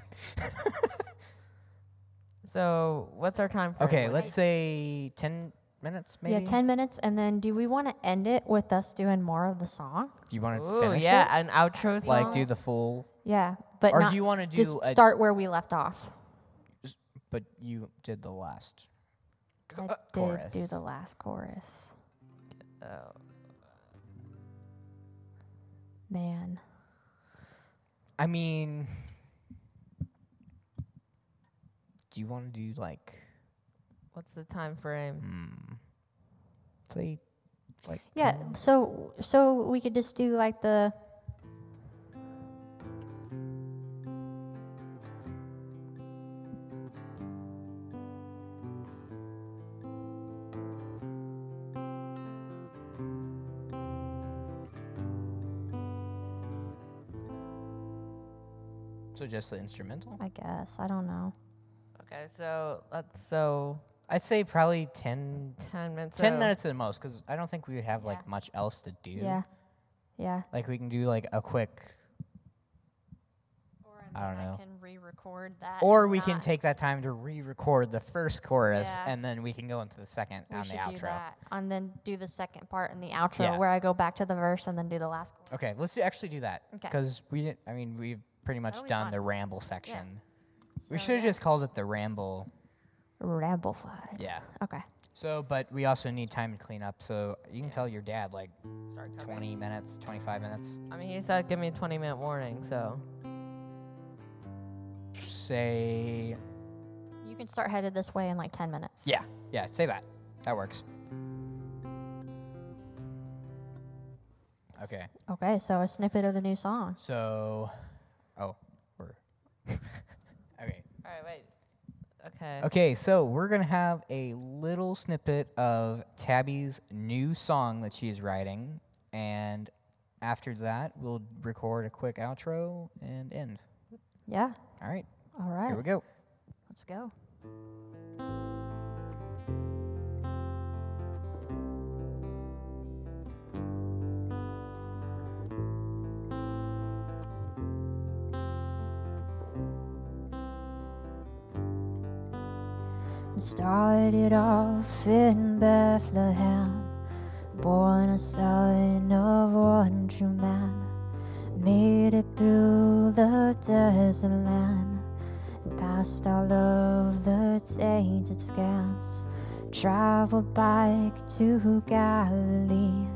[SPEAKER 2] So, what's our time frame?
[SPEAKER 1] okay,
[SPEAKER 2] Like,
[SPEAKER 1] let's say ten minutes, maybe.
[SPEAKER 4] Yeah, ten minutes, and then do we want to end it with us doing more of the song?
[SPEAKER 1] Do you want to
[SPEAKER 2] Ooh,
[SPEAKER 1] finish
[SPEAKER 2] yeah,
[SPEAKER 1] it?
[SPEAKER 2] an outro song.
[SPEAKER 1] Like do the full,
[SPEAKER 4] Yeah, but
[SPEAKER 1] or
[SPEAKER 4] not,
[SPEAKER 1] do you want to do?
[SPEAKER 4] just
[SPEAKER 1] a,
[SPEAKER 4] start where we left off.
[SPEAKER 1] But you did the last.
[SPEAKER 4] I
[SPEAKER 1] uh,
[SPEAKER 4] did do
[SPEAKER 1] chorus.
[SPEAKER 4] the last chorus.
[SPEAKER 2] Oh.
[SPEAKER 4] Man,
[SPEAKER 1] I mean, do you want to do like,
[SPEAKER 2] What's the time frame?
[SPEAKER 1] hmm, say, like?
[SPEAKER 4] yeah. So so we could just do like the.
[SPEAKER 1] So just the instrumental?
[SPEAKER 4] I guess. I don't know.
[SPEAKER 2] Okay, so that's so
[SPEAKER 1] I'd say probably 10,
[SPEAKER 2] ten minutes.
[SPEAKER 1] 10
[SPEAKER 2] so-
[SPEAKER 1] minutes at most because I don't think we have like
[SPEAKER 4] Yeah.
[SPEAKER 1] much else to do.
[SPEAKER 4] Yeah. Yeah.
[SPEAKER 1] Like we can do like a quick,
[SPEAKER 4] Or
[SPEAKER 1] I then don't I know.
[SPEAKER 4] can re-record that.
[SPEAKER 1] or we can take that time to re-record the first chorus
[SPEAKER 4] Yeah.
[SPEAKER 1] and then we can go into the second
[SPEAKER 4] we
[SPEAKER 1] on the
[SPEAKER 4] should
[SPEAKER 1] outro.
[SPEAKER 4] do that, and then do the second part in the outro
[SPEAKER 1] Yeah.
[SPEAKER 4] where I go back to the verse and then do the last. chorus.
[SPEAKER 1] Okay, let's do, actually do that
[SPEAKER 4] Okay.
[SPEAKER 1] because we didn't. I mean, we've pretty much
[SPEAKER 4] That'll be
[SPEAKER 1] done
[SPEAKER 4] fun.
[SPEAKER 1] the ramble section. we
[SPEAKER 4] So,
[SPEAKER 1] should have just called it the ramble.
[SPEAKER 4] Ramble fly.
[SPEAKER 1] Yeah.
[SPEAKER 4] Okay.
[SPEAKER 1] So, but we also need time to clean up. So you can tell your dad like
[SPEAKER 2] Start typing.
[SPEAKER 1] 20 minutes, 25 minutes.
[SPEAKER 2] I mean, he said give me a twenty minute warning. So
[SPEAKER 1] Say
[SPEAKER 4] You can start headed this way in like ten minutes.
[SPEAKER 1] yeah, yeah. Say that. That works. Okay.
[SPEAKER 4] Okay, so a snippet of the new song.
[SPEAKER 1] So, oh, we're okay.
[SPEAKER 2] all right, wait. Okay.
[SPEAKER 1] Okay, so we're gonna have a little snippet of Tabby's new song that she is writing, and after that, we'll record a quick outro and end.
[SPEAKER 4] Yeah.
[SPEAKER 1] All right,
[SPEAKER 4] All right.
[SPEAKER 1] here we go.
[SPEAKER 4] Let's go. Started off in Bethlehem, born a son of one true man. Made it through the desert land, past all of the tainted scams. Traveled back to Galilee,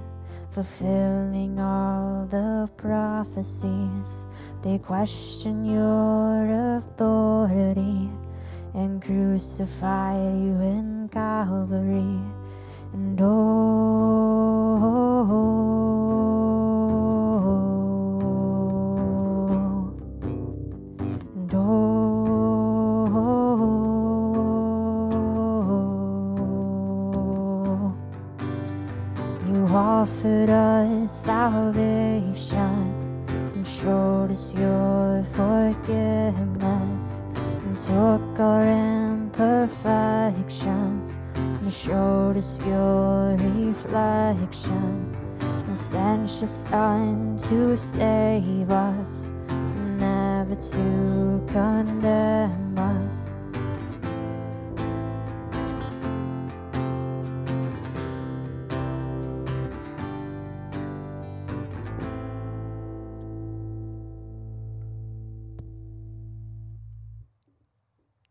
[SPEAKER 4] fulfilling all the prophecies. They question your authority and crucified you in Calvary. And oh, and oh, you offered us salvation and showed us your forgiveness and took our imperfections and showed us your reflection and sent your son to save us never to condemn us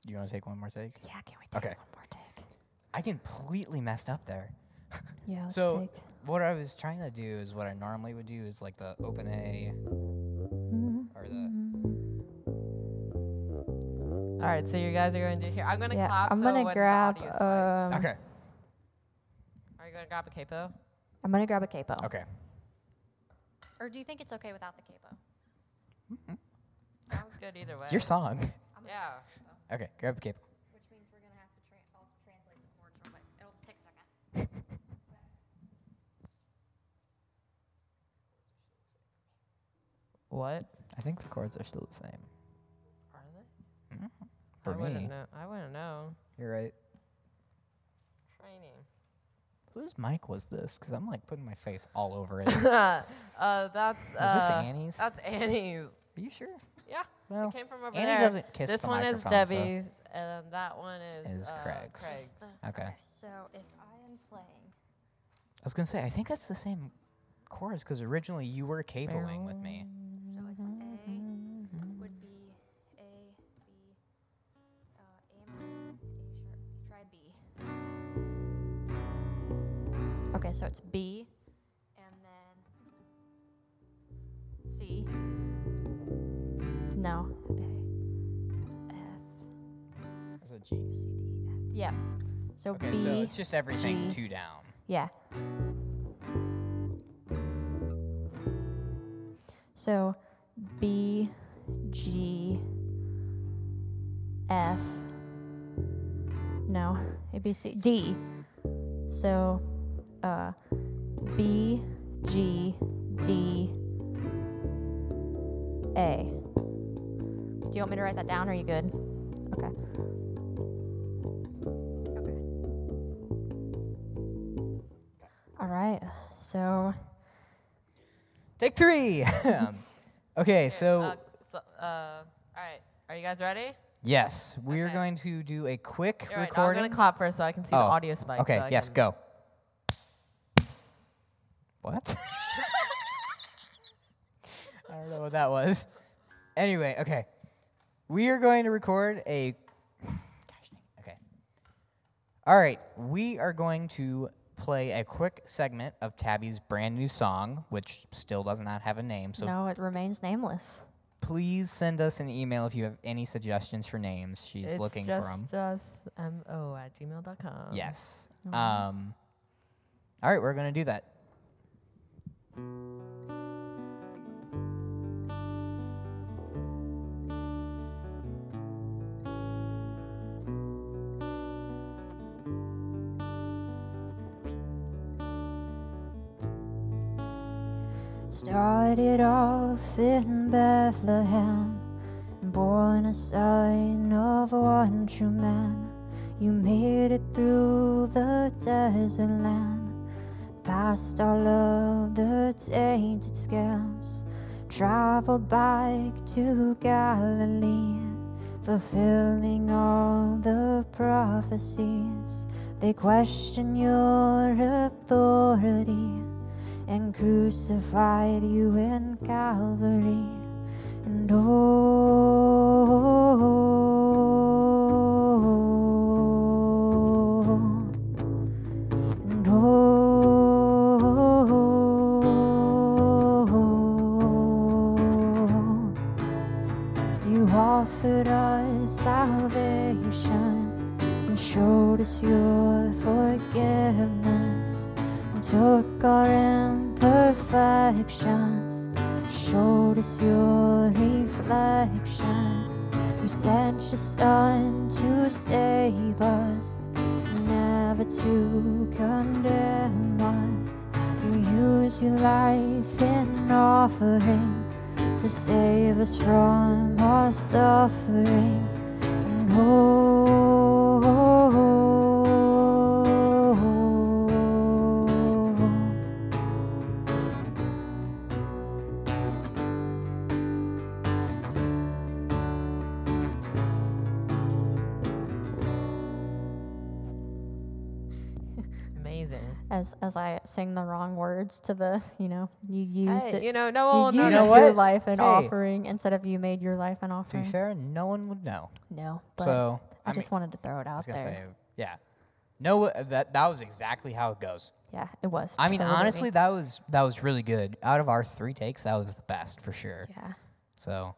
[SPEAKER 1] You want to take one more take?
[SPEAKER 4] yeah can we
[SPEAKER 1] take Okay.
[SPEAKER 4] one more take
[SPEAKER 1] I completely messed up there.
[SPEAKER 4] yeah let's
[SPEAKER 1] So-
[SPEAKER 4] take
[SPEAKER 1] What I was trying to do is what I normally would do is like the open A or the
[SPEAKER 2] All right, so you guys are going to here. I'm gonna
[SPEAKER 4] yeah
[SPEAKER 2] clap.
[SPEAKER 4] i'm
[SPEAKER 2] so when
[SPEAKER 4] gonna
[SPEAKER 2] the
[SPEAKER 4] grab
[SPEAKER 2] audio's like-
[SPEAKER 4] um
[SPEAKER 1] okay,
[SPEAKER 2] Are you gonna grab a capo?
[SPEAKER 4] i'm gonna grab a capo
[SPEAKER 1] okay.
[SPEAKER 4] or do you think it's okay without the capo
[SPEAKER 2] Sounds good either way.
[SPEAKER 1] It's your song.
[SPEAKER 2] Yeah.
[SPEAKER 1] okay, grab a cape.
[SPEAKER 4] which means we're gonna have to tra- I'll translate the chords real quick it'll just take a second
[SPEAKER 2] What?
[SPEAKER 1] I think the chords are still the same.
[SPEAKER 2] Are they?
[SPEAKER 1] For
[SPEAKER 2] I wouldn't
[SPEAKER 1] me,
[SPEAKER 2] know. I wouldn't know.
[SPEAKER 1] you're right.
[SPEAKER 2] Training.
[SPEAKER 1] Whose mic was this? Because I'm like putting my face all over it. Is
[SPEAKER 2] uh, that's uh,
[SPEAKER 1] this Annie's?
[SPEAKER 2] That's Annie's.
[SPEAKER 1] Are you sure?
[SPEAKER 2] Yeah,
[SPEAKER 1] Well,
[SPEAKER 2] it came from over
[SPEAKER 1] Annie
[SPEAKER 2] there.
[SPEAKER 1] doesn't kiss
[SPEAKER 2] this
[SPEAKER 1] the
[SPEAKER 2] one is
[SPEAKER 1] microphone, so-
[SPEAKER 2] Debbie's, and that one is
[SPEAKER 1] Is
[SPEAKER 2] uh,
[SPEAKER 1] Craig's.
[SPEAKER 2] Craig's.
[SPEAKER 1] Okay.
[SPEAKER 4] so if i am playing
[SPEAKER 1] I was gonna say, I think that's the same chorus because originally you were cabling with me.
[SPEAKER 4] So it's A would be A, B, uh, A minor, A sharp. You try B. Okay, so it's B, and then C. No. A, F,
[SPEAKER 1] Is it G?
[SPEAKER 4] C, D, F. Yeah. So
[SPEAKER 1] Okay,
[SPEAKER 4] B.
[SPEAKER 1] so it's just everything
[SPEAKER 4] G.
[SPEAKER 1] two down.
[SPEAKER 4] Yeah. So B G F No, A B C D. So uh B G D A. Do you want me to write that down? Or are you good? Okay. Okay. All right. So
[SPEAKER 1] Take three. Um, okay, so
[SPEAKER 2] Uh, so, uh, all right. Are you guys ready?
[SPEAKER 1] yes, we're
[SPEAKER 2] okay.
[SPEAKER 1] going to do a quick
[SPEAKER 2] All right, I'm
[SPEAKER 1] recording.
[SPEAKER 2] gonna clap first so I can see
[SPEAKER 1] oh,
[SPEAKER 2] the audio spike.
[SPEAKER 1] Okay,
[SPEAKER 2] so I
[SPEAKER 1] yes,
[SPEAKER 2] can-
[SPEAKER 1] go. What? I don't know what that was. Anyway, okay, we are going to record a. Gosh, dang it, okay. All right, we are going to play a quick segment of Tabby's brand new song, which still does not have a name. So
[SPEAKER 4] no, it remains nameless.
[SPEAKER 1] please send us an email if you have any suggestions for names she's
[SPEAKER 2] It's
[SPEAKER 1] looking
[SPEAKER 2] just
[SPEAKER 1] from.
[SPEAKER 2] us, mo at gmail.com.
[SPEAKER 1] Yes. Um, all right, we're going to do that.
[SPEAKER 4] Started off in Bethlehem, born a son of one true man. You made it through the desert land, past all of the tainted scams. Traveled back to Galilee, fulfilling all the prophecies. They question your authority and crucified you in Calvary. And oh, and oh, you offered us salvation and showed us your forgiveness and took our imperfections, showed us your reflection. You sent your son to save us, never to condemn us. You used your life in offering to save us from our suffering. And oh,
[SPEAKER 2] Amazing.
[SPEAKER 3] as as I sing the wrong words to the you know you used
[SPEAKER 2] Hey,
[SPEAKER 3] it
[SPEAKER 2] you know, no
[SPEAKER 3] you
[SPEAKER 2] one will
[SPEAKER 3] used
[SPEAKER 2] notice.
[SPEAKER 1] know what?
[SPEAKER 3] your life an
[SPEAKER 1] Hey.
[SPEAKER 3] offering instead of you made your life an
[SPEAKER 1] To be
[SPEAKER 3] offering.
[SPEAKER 1] fair, no one would know.
[SPEAKER 3] No, but
[SPEAKER 1] so
[SPEAKER 3] I,
[SPEAKER 1] I,
[SPEAKER 3] just
[SPEAKER 1] mean,
[SPEAKER 3] wanted to throw it
[SPEAKER 1] I
[SPEAKER 3] out
[SPEAKER 1] was
[SPEAKER 3] there.
[SPEAKER 1] gonna say, yeah, no, uh, that that was exactly how it goes.
[SPEAKER 3] yeah, it was.
[SPEAKER 1] I mean,
[SPEAKER 3] totally me.
[SPEAKER 1] honestly, that was that was really good. Out of our three takes, that was the best for sure.
[SPEAKER 3] yeah.
[SPEAKER 1] So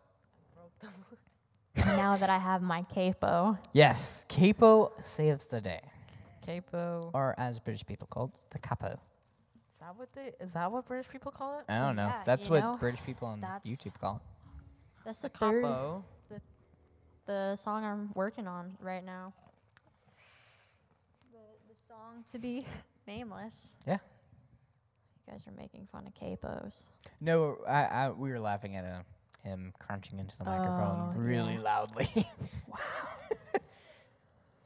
[SPEAKER 3] And now that I have my capo,
[SPEAKER 1] yes, capo saves the day,
[SPEAKER 2] Capo.
[SPEAKER 1] or as British people called the capo.
[SPEAKER 2] Is that what they? Is that what British people call it?
[SPEAKER 1] I don't know.
[SPEAKER 3] yeah,
[SPEAKER 1] that's
[SPEAKER 3] you
[SPEAKER 1] what
[SPEAKER 3] know,
[SPEAKER 1] British people on
[SPEAKER 3] that's-
[SPEAKER 1] YouTube call. it.
[SPEAKER 3] that's the
[SPEAKER 2] A
[SPEAKER 3] third
[SPEAKER 2] capo.
[SPEAKER 3] the song I'm working on right now. The, the song to be nameless.
[SPEAKER 1] Yeah.
[SPEAKER 3] You guys are making fun of capos.
[SPEAKER 1] No, I, I we were laughing at uh him crunching into the microphone
[SPEAKER 3] Oh,
[SPEAKER 1] really
[SPEAKER 3] yeah.
[SPEAKER 1] loudly.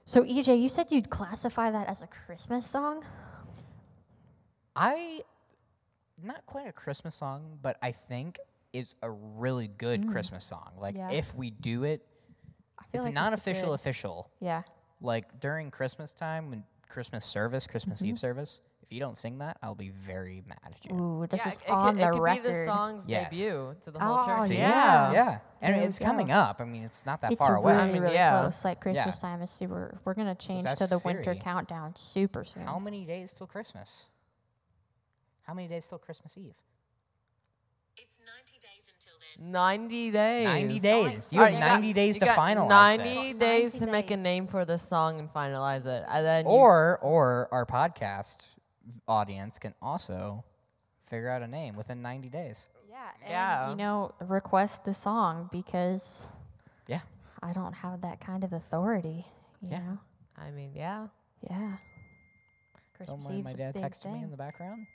[SPEAKER 3] So EJ, you said you'd classify that as a Christmas song.
[SPEAKER 1] I not quite a Christmas song, but I think is a really good Christmas song. Like
[SPEAKER 3] Mm. Yeah.
[SPEAKER 1] if we do it,
[SPEAKER 3] I feel
[SPEAKER 1] it's
[SPEAKER 3] like
[SPEAKER 1] non
[SPEAKER 3] a
[SPEAKER 1] official
[SPEAKER 3] good-
[SPEAKER 1] official.
[SPEAKER 3] Yeah.
[SPEAKER 1] Like during Christmas time when Christmas service, Christmas Eve service, if you don't sing that, I'll be very mad at you.
[SPEAKER 3] Mm-hmm. Ooh, this
[SPEAKER 2] Yeah,
[SPEAKER 3] is
[SPEAKER 2] it, it
[SPEAKER 3] on
[SPEAKER 2] could,
[SPEAKER 3] the
[SPEAKER 2] it could
[SPEAKER 3] record.
[SPEAKER 2] be the song's
[SPEAKER 1] Yes.
[SPEAKER 2] debut to the whole
[SPEAKER 3] Oh,
[SPEAKER 2] church.
[SPEAKER 3] See?
[SPEAKER 1] Yeah.
[SPEAKER 3] Yeah.
[SPEAKER 1] And
[SPEAKER 3] There we
[SPEAKER 1] it's coming
[SPEAKER 3] go.
[SPEAKER 1] up. I mean, it's not that
[SPEAKER 3] it's
[SPEAKER 1] far away.
[SPEAKER 3] really,
[SPEAKER 2] mean,
[SPEAKER 3] really
[SPEAKER 2] yeah.
[SPEAKER 3] close. Like
[SPEAKER 1] Yeah.
[SPEAKER 3] Christmas time is super. We're gonna change
[SPEAKER 1] that's
[SPEAKER 3] to the winter
[SPEAKER 1] Siri.
[SPEAKER 3] countdown super soon.
[SPEAKER 1] How many days till Christmas? How many days till Christmas Eve?
[SPEAKER 2] Ninety days.
[SPEAKER 1] 90 days. You
[SPEAKER 2] All
[SPEAKER 1] have
[SPEAKER 2] right,
[SPEAKER 1] 90
[SPEAKER 2] got-
[SPEAKER 1] days
[SPEAKER 2] you
[SPEAKER 1] to
[SPEAKER 2] got
[SPEAKER 1] finalize
[SPEAKER 2] 90
[SPEAKER 1] this.
[SPEAKER 2] days
[SPEAKER 3] 90
[SPEAKER 2] to make a
[SPEAKER 3] days.
[SPEAKER 2] name for this song and finalize it, and then you-
[SPEAKER 1] Or or our podcast audience can also figure out a name within 90 days.
[SPEAKER 3] Yeah. And,
[SPEAKER 2] Yeah.
[SPEAKER 1] Oh.
[SPEAKER 3] You know, request the song because
[SPEAKER 1] Yeah.
[SPEAKER 3] I don't have that kind of authority. You
[SPEAKER 1] Yeah.
[SPEAKER 3] Know?
[SPEAKER 2] I mean, yeah.
[SPEAKER 3] Yeah.
[SPEAKER 1] Don't
[SPEAKER 3] Christmas
[SPEAKER 1] mind my
[SPEAKER 3] Eve's a
[SPEAKER 1] dad
[SPEAKER 3] big
[SPEAKER 1] texting
[SPEAKER 3] thing.
[SPEAKER 1] me in the background.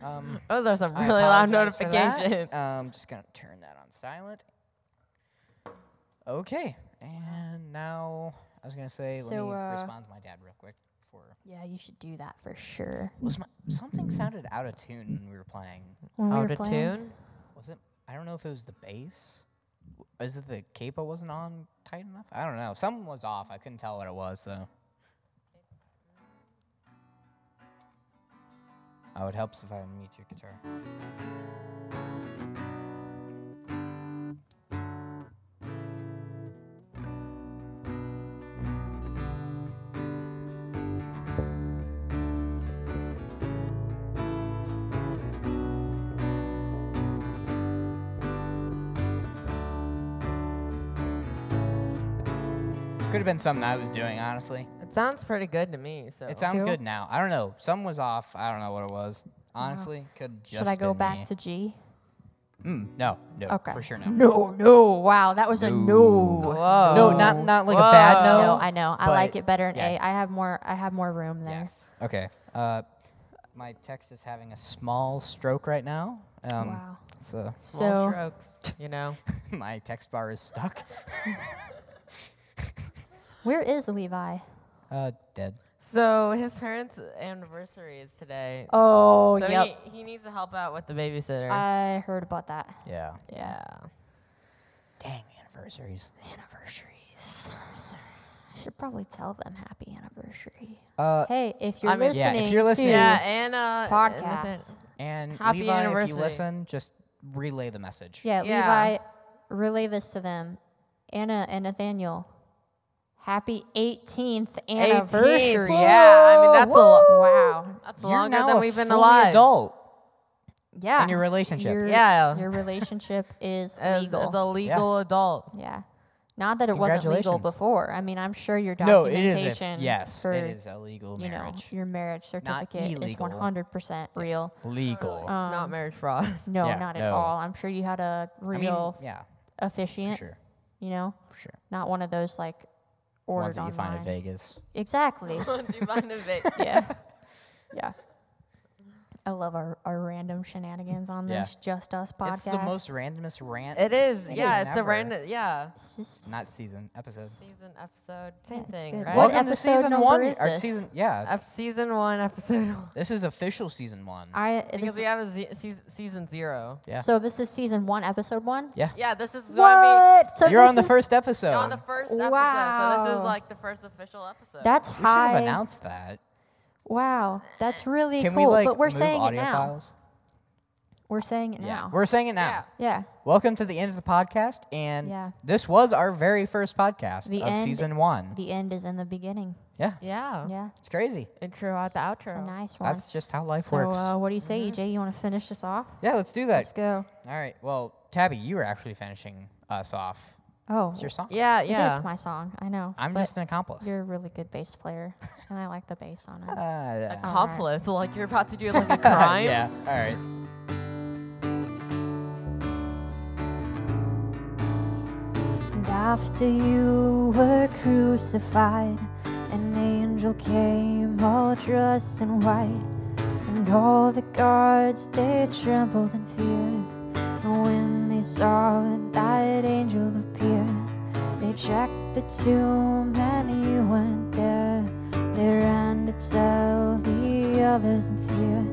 [SPEAKER 1] um,
[SPEAKER 2] Those are some
[SPEAKER 1] I
[SPEAKER 2] really loud
[SPEAKER 1] apologize for that. Um,
[SPEAKER 2] notifications.
[SPEAKER 1] I'm just gonna turn that on silent. Okay. And now I was gonna say, let
[SPEAKER 4] So,
[SPEAKER 1] me
[SPEAKER 4] uh,
[SPEAKER 1] respond to my dad real quick. Before
[SPEAKER 3] Yeah, you should do that for sure.
[SPEAKER 1] was my, something sounded out of tune when we were playing.
[SPEAKER 4] When we
[SPEAKER 2] Out
[SPEAKER 4] were
[SPEAKER 2] of
[SPEAKER 4] playing,
[SPEAKER 2] tune.
[SPEAKER 1] Was it? I don't know if it was the bass. W- Is it the capo wasn't on tight enough? I don't know. Something was off. I couldn't tell what it was though. Oh, it helps if I mute your guitar. Could have been something I was doing, honestly.
[SPEAKER 2] It sounds pretty good to me. So
[SPEAKER 1] It sounds
[SPEAKER 4] Cool.
[SPEAKER 1] good now. I don't know. Something was off. I don't know what it was. Honestly, could just.
[SPEAKER 3] Uh-huh. should I go
[SPEAKER 1] been
[SPEAKER 3] back
[SPEAKER 1] me.
[SPEAKER 3] to G?
[SPEAKER 1] Mm, no, no,
[SPEAKER 3] Okay.
[SPEAKER 1] for sure no.
[SPEAKER 3] No, no. Wow, that was a no.
[SPEAKER 2] Whoa.
[SPEAKER 1] No, not not like a bad no.
[SPEAKER 3] No, I know. I
[SPEAKER 1] but-
[SPEAKER 3] like it better in
[SPEAKER 1] yeah.
[SPEAKER 3] A. I have more. I have more room there.
[SPEAKER 1] Yes. Okay. Uh, my text is having a small stroke right now. Um,
[SPEAKER 3] Wow.
[SPEAKER 1] So
[SPEAKER 2] Small
[SPEAKER 3] So-
[SPEAKER 2] strokes, you know.
[SPEAKER 1] my text bar is stuck.
[SPEAKER 3] Where is Levi?
[SPEAKER 1] Uh, dead.
[SPEAKER 2] So his parents' anniversary is today.
[SPEAKER 3] Oh,
[SPEAKER 2] so
[SPEAKER 3] yep. Uh,
[SPEAKER 2] he, he needs to help out with the babysitter.
[SPEAKER 3] I heard about that.
[SPEAKER 1] Yeah.
[SPEAKER 2] yeah.
[SPEAKER 1] Dang anniversaries.
[SPEAKER 3] Anniversaries. I should probably tell them happy anniversary.
[SPEAKER 1] Uh,
[SPEAKER 3] Hey, if you're
[SPEAKER 2] I mean-
[SPEAKER 3] listening,
[SPEAKER 1] Yeah, if you're listening-
[SPEAKER 3] to
[SPEAKER 2] Yeah, uh, Anna.
[SPEAKER 3] podcast.
[SPEAKER 1] and
[SPEAKER 2] Happy
[SPEAKER 1] Levi, if you
[SPEAKER 2] anniversary.
[SPEAKER 1] listen, just relay the message.
[SPEAKER 3] Yeah,
[SPEAKER 2] Yeah.
[SPEAKER 3] Levi, relay this to them. Anna and Nathaniel, happy 18th anniversary.
[SPEAKER 2] Yeah, I mean that's a lo-
[SPEAKER 3] Wow.
[SPEAKER 2] that's
[SPEAKER 1] You're
[SPEAKER 2] longer
[SPEAKER 1] now
[SPEAKER 2] than
[SPEAKER 1] a
[SPEAKER 2] we've been
[SPEAKER 1] fully
[SPEAKER 2] alive.
[SPEAKER 1] Adult
[SPEAKER 3] Yeah.
[SPEAKER 1] in your relationship.
[SPEAKER 3] Uh, Your-
[SPEAKER 2] Yeah.
[SPEAKER 3] Your relationship is
[SPEAKER 2] As,
[SPEAKER 3] legal.
[SPEAKER 2] as a legal adult.
[SPEAKER 3] yeah. Not that it wasn't legal
[SPEAKER 1] Congratulations.
[SPEAKER 3] before. I mean, I'm sure your
[SPEAKER 1] no, it is.
[SPEAKER 3] documentation
[SPEAKER 1] A, yes,
[SPEAKER 3] for
[SPEAKER 1] it is a legal
[SPEAKER 3] you know,
[SPEAKER 1] marriage.
[SPEAKER 3] your marriage certificate is
[SPEAKER 1] illegal.
[SPEAKER 3] 100% real. Uh,
[SPEAKER 1] Legal.
[SPEAKER 3] Um,
[SPEAKER 2] it's not marriage fraud.
[SPEAKER 3] No,
[SPEAKER 1] Yeah,
[SPEAKER 3] not at
[SPEAKER 1] no.
[SPEAKER 3] all. I'm sure you had a
[SPEAKER 1] I mean,
[SPEAKER 3] real
[SPEAKER 1] yeah, for
[SPEAKER 3] officiant,
[SPEAKER 1] sure,
[SPEAKER 3] you know,
[SPEAKER 1] for sure.
[SPEAKER 3] not one of those like ordered
[SPEAKER 1] Ones that you
[SPEAKER 3] online.
[SPEAKER 1] find in Vegas.
[SPEAKER 3] Exactly.
[SPEAKER 2] Once you find a va-
[SPEAKER 3] yeah. Yeah. I love our, our random shenanigans on
[SPEAKER 1] Yeah.
[SPEAKER 3] this Just Us podcast.
[SPEAKER 1] It's the most randomest rant.
[SPEAKER 2] It is.
[SPEAKER 1] thing
[SPEAKER 2] Yeah, it's a
[SPEAKER 1] ever.
[SPEAKER 2] random. Yeah.
[SPEAKER 3] It's just-
[SPEAKER 1] Not season episode.
[SPEAKER 2] Season episode. Same
[SPEAKER 3] it's
[SPEAKER 2] thing,
[SPEAKER 3] good.
[SPEAKER 2] right?
[SPEAKER 3] What
[SPEAKER 1] Welcome to
[SPEAKER 3] episode
[SPEAKER 1] season
[SPEAKER 3] number
[SPEAKER 1] one.
[SPEAKER 3] is
[SPEAKER 1] or
[SPEAKER 3] this?
[SPEAKER 1] season, yeah,
[SPEAKER 2] Ep- season one, episode one.
[SPEAKER 1] this is official season one.
[SPEAKER 3] I
[SPEAKER 2] Because
[SPEAKER 3] this,
[SPEAKER 2] we have a ze- seas- season zero.
[SPEAKER 1] Yeah.
[SPEAKER 3] So this is season one, episode one.
[SPEAKER 1] Yeah.
[SPEAKER 2] Yeah, this is going
[SPEAKER 3] So
[SPEAKER 1] You're on
[SPEAKER 3] this
[SPEAKER 1] the
[SPEAKER 3] is-
[SPEAKER 1] first
[SPEAKER 2] to
[SPEAKER 1] episode.
[SPEAKER 2] be on the first episode. So this is
[SPEAKER 3] Wow.
[SPEAKER 2] like the first official episode.
[SPEAKER 3] That's
[SPEAKER 1] we should have
[SPEAKER 3] high.
[SPEAKER 1] announced that.
[SPEAKER 3] Wow, that's really
[SPEAKER 1] Can we
[SPEAKER 3] cool.
[SPEAKER 1] like
[SPEAKER 3] but we're
[SPEAKER 1] move
[SPEAKER 3] saying it
[SPEAKER 1] audio
[SPEAKER 3] now.
[SPEAKER 1] files?
[SPEAKER 3] We're saying it
[SPEAKER 1] Yeah,
[SPEAKER 3] now.
[SPEAKER 1] we're saying it now.
[SPEAKER 2] Yeah.
[SPEAKER 3] yeah.
[SPEAKER 1] Welcome to the end of the podcast, and
[SPEAKER 3] Yeah.
[SPEAKER 1] this was our very first podcast
[SPEAKER 3] The
[SPEAKER 1] of
[SPEAKER 3] end-
[SPEAKER 1] season one.
[SPEAKER 3] The end is in the beginning.
[SPEAKER 1] yeah,
[SPEAKER 2] yeah.
[SPEAKER 3] Yeah.
[SPEAKER 1] it's crazy.
[SPEAKER 2] Intro out the outro.
[SPEAKER 3] It's a nice one.
[SPEAKER 1] That's Mm-hmm. just how life
[SPEAKER 3] so
[SPEAKER 1] works.
[SPEAKER 3] uh, what do you say, EJ? You want to finish this off?
[SPEAKER 1] yeah, let's do
[SPEAKER 3] Let's
[SPEAKER 1] that.
[SPEAKER 3] go.
[SPEAKER 1] All right. Well, Tabby, you were actually finishing us off.
[SPEAKER 3] Oh,
[SPEAKER 1] It's your song.
[SPEAKER 2] Yeah,
[SPEAKER 3] it
[SPEAKER 2] yeah.
[SPEAKER 3] is my song. I know.
[SPEAKER 1] I'm
[SPEAKER 3] but
[SPEAKER 1] just an accomplice.
[SPEAKER 3] You're a really good bass player, and I like the bass on it.
[SPEAKER 1] Ah, yeah.
[SPEAKER 2] Accomplice. Like you're about to do like a crime.
[SPEAKER 1] yeah. All right.
[SPEAKER 4] And after you were crucified, an angel came all dressed in white. And all the guards they trembled and feared. And when they saw that angel appear, they checked the tomb and he went there. They ran to tell the others in fear.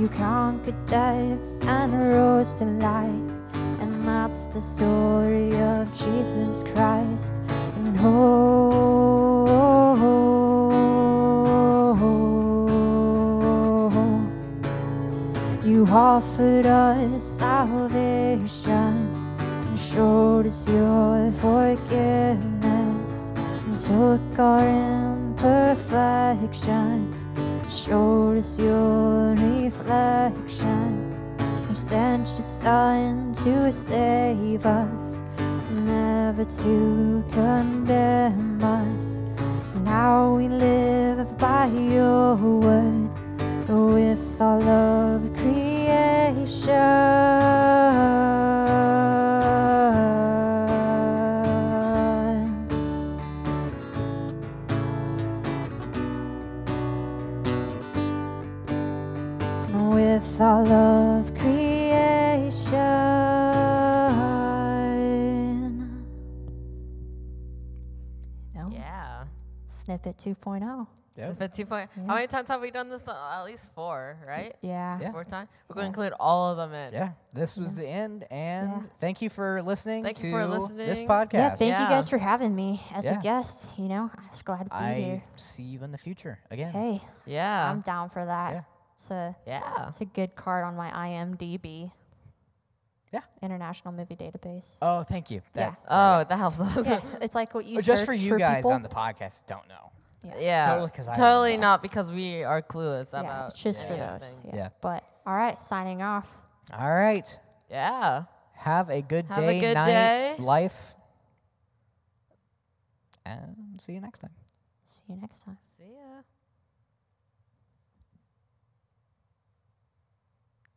[SPEAKER 4] You conquered death and rose to life. And that's the story of Jesus Christ. And oh, you offered us salvation and showed us your forgiveness and took our imperfections, showed us your reflection. You sent your son to save us, never to condemn us. Now we live by your word with all of creation. with all of creation.
[SPEAKER 3] Snippet oh. 2.0.
[SPEAKER 1] Yeah.
[SPEAKER 2] But two point. How many times have we done this? Uh, at least four, right?
[SPEAKER 3] Yeah.
[SPEAKER 1] Yeah.
[SPEAKER 2] Four times. We're gonna include all of them in.
[SPEAKER 1] Yeah. This was the end, and
[SPEAKER 3] Yeah.
[SPEAKER 1] thank you for listening
[SPEAKER 2] Thank
[SPEAKER 1] to
[SPEAKER 2] you for
[SPEAKER 1] this
[SPEAKER 2] listening. Yeah,
[SPEAKER 1] podcast.
[SPEAKER 3] Yeah, thank
[SPEAKER 2] Yeah.
[SPEAKER 3] you guys for having me as
[SPEAKER 1] Yeah.
[SPEAKER 3] a guest. You know, I was glad to be
[SPEAKER 1] I
[SPEAKER 3] here.
[SPEAKER 1] see you in the future again.
[SPEAKER 3] Hey,
[SPEAKER 2] Yeah.
[SPEAKER 3] I'm down for that.
[SPEAKER 1] Yeah.
[SPEAKER 3] It's a
[SPEAKER 2] yeah.
[SPEAKER 3] it's a good card on my IMDb.
[SPEAKER 1] Yeah.
[SPEAKER 3] International Movie Database.
[SPEAKER 1] Oh, thank you. That,
[SPEAKER 2] Oh, that helps us.
[SPEAKER 3] yeah, it's like what you
[SPEAKER 1] Oh, just
[SPEAKER 3] search
[SPEAKER 1] for you guys
[SPEAKER 3] people.
[SPEAKER 1] on the podcast that don't know.
[SPEAKER 2] Yeah.
[SPEAKER 1] Totally 'cause I
[SPEAKER 2] Totally
[SPEAKER 1] don't know.
[SPEAKER 2] not because we are clueless
[SPEAKER 3] yeah,
[SPEAKER 2] about.
[SPEAKER 3] it's just for
[SPEAKER 2] any of
[SPEAKER 3] those.
[SPEAKER 2] things.
[SPEAKER 3] Yeah.
[SPEAKER 1] Yeah.
[SPEAKER 3] But all right, signing off.
[SPEAKER 1] All right.
[SPEAKER 2] Yeah.
[SPEAKER 1] Have a good
[SPEAKER 2] Have a
[SPEAKER 1] day,
[SPEAKER 2] good
[SPEAKER 1] night,
[SPEAKER 2] day.
[SPEAKER 1] life. And see you next time.
[SPEAKER 3] See you next time.
[SPEAKER 2] See ya.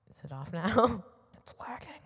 [SPEAKER 2] Is it off now?
[SPEAKER 1] It's lagging.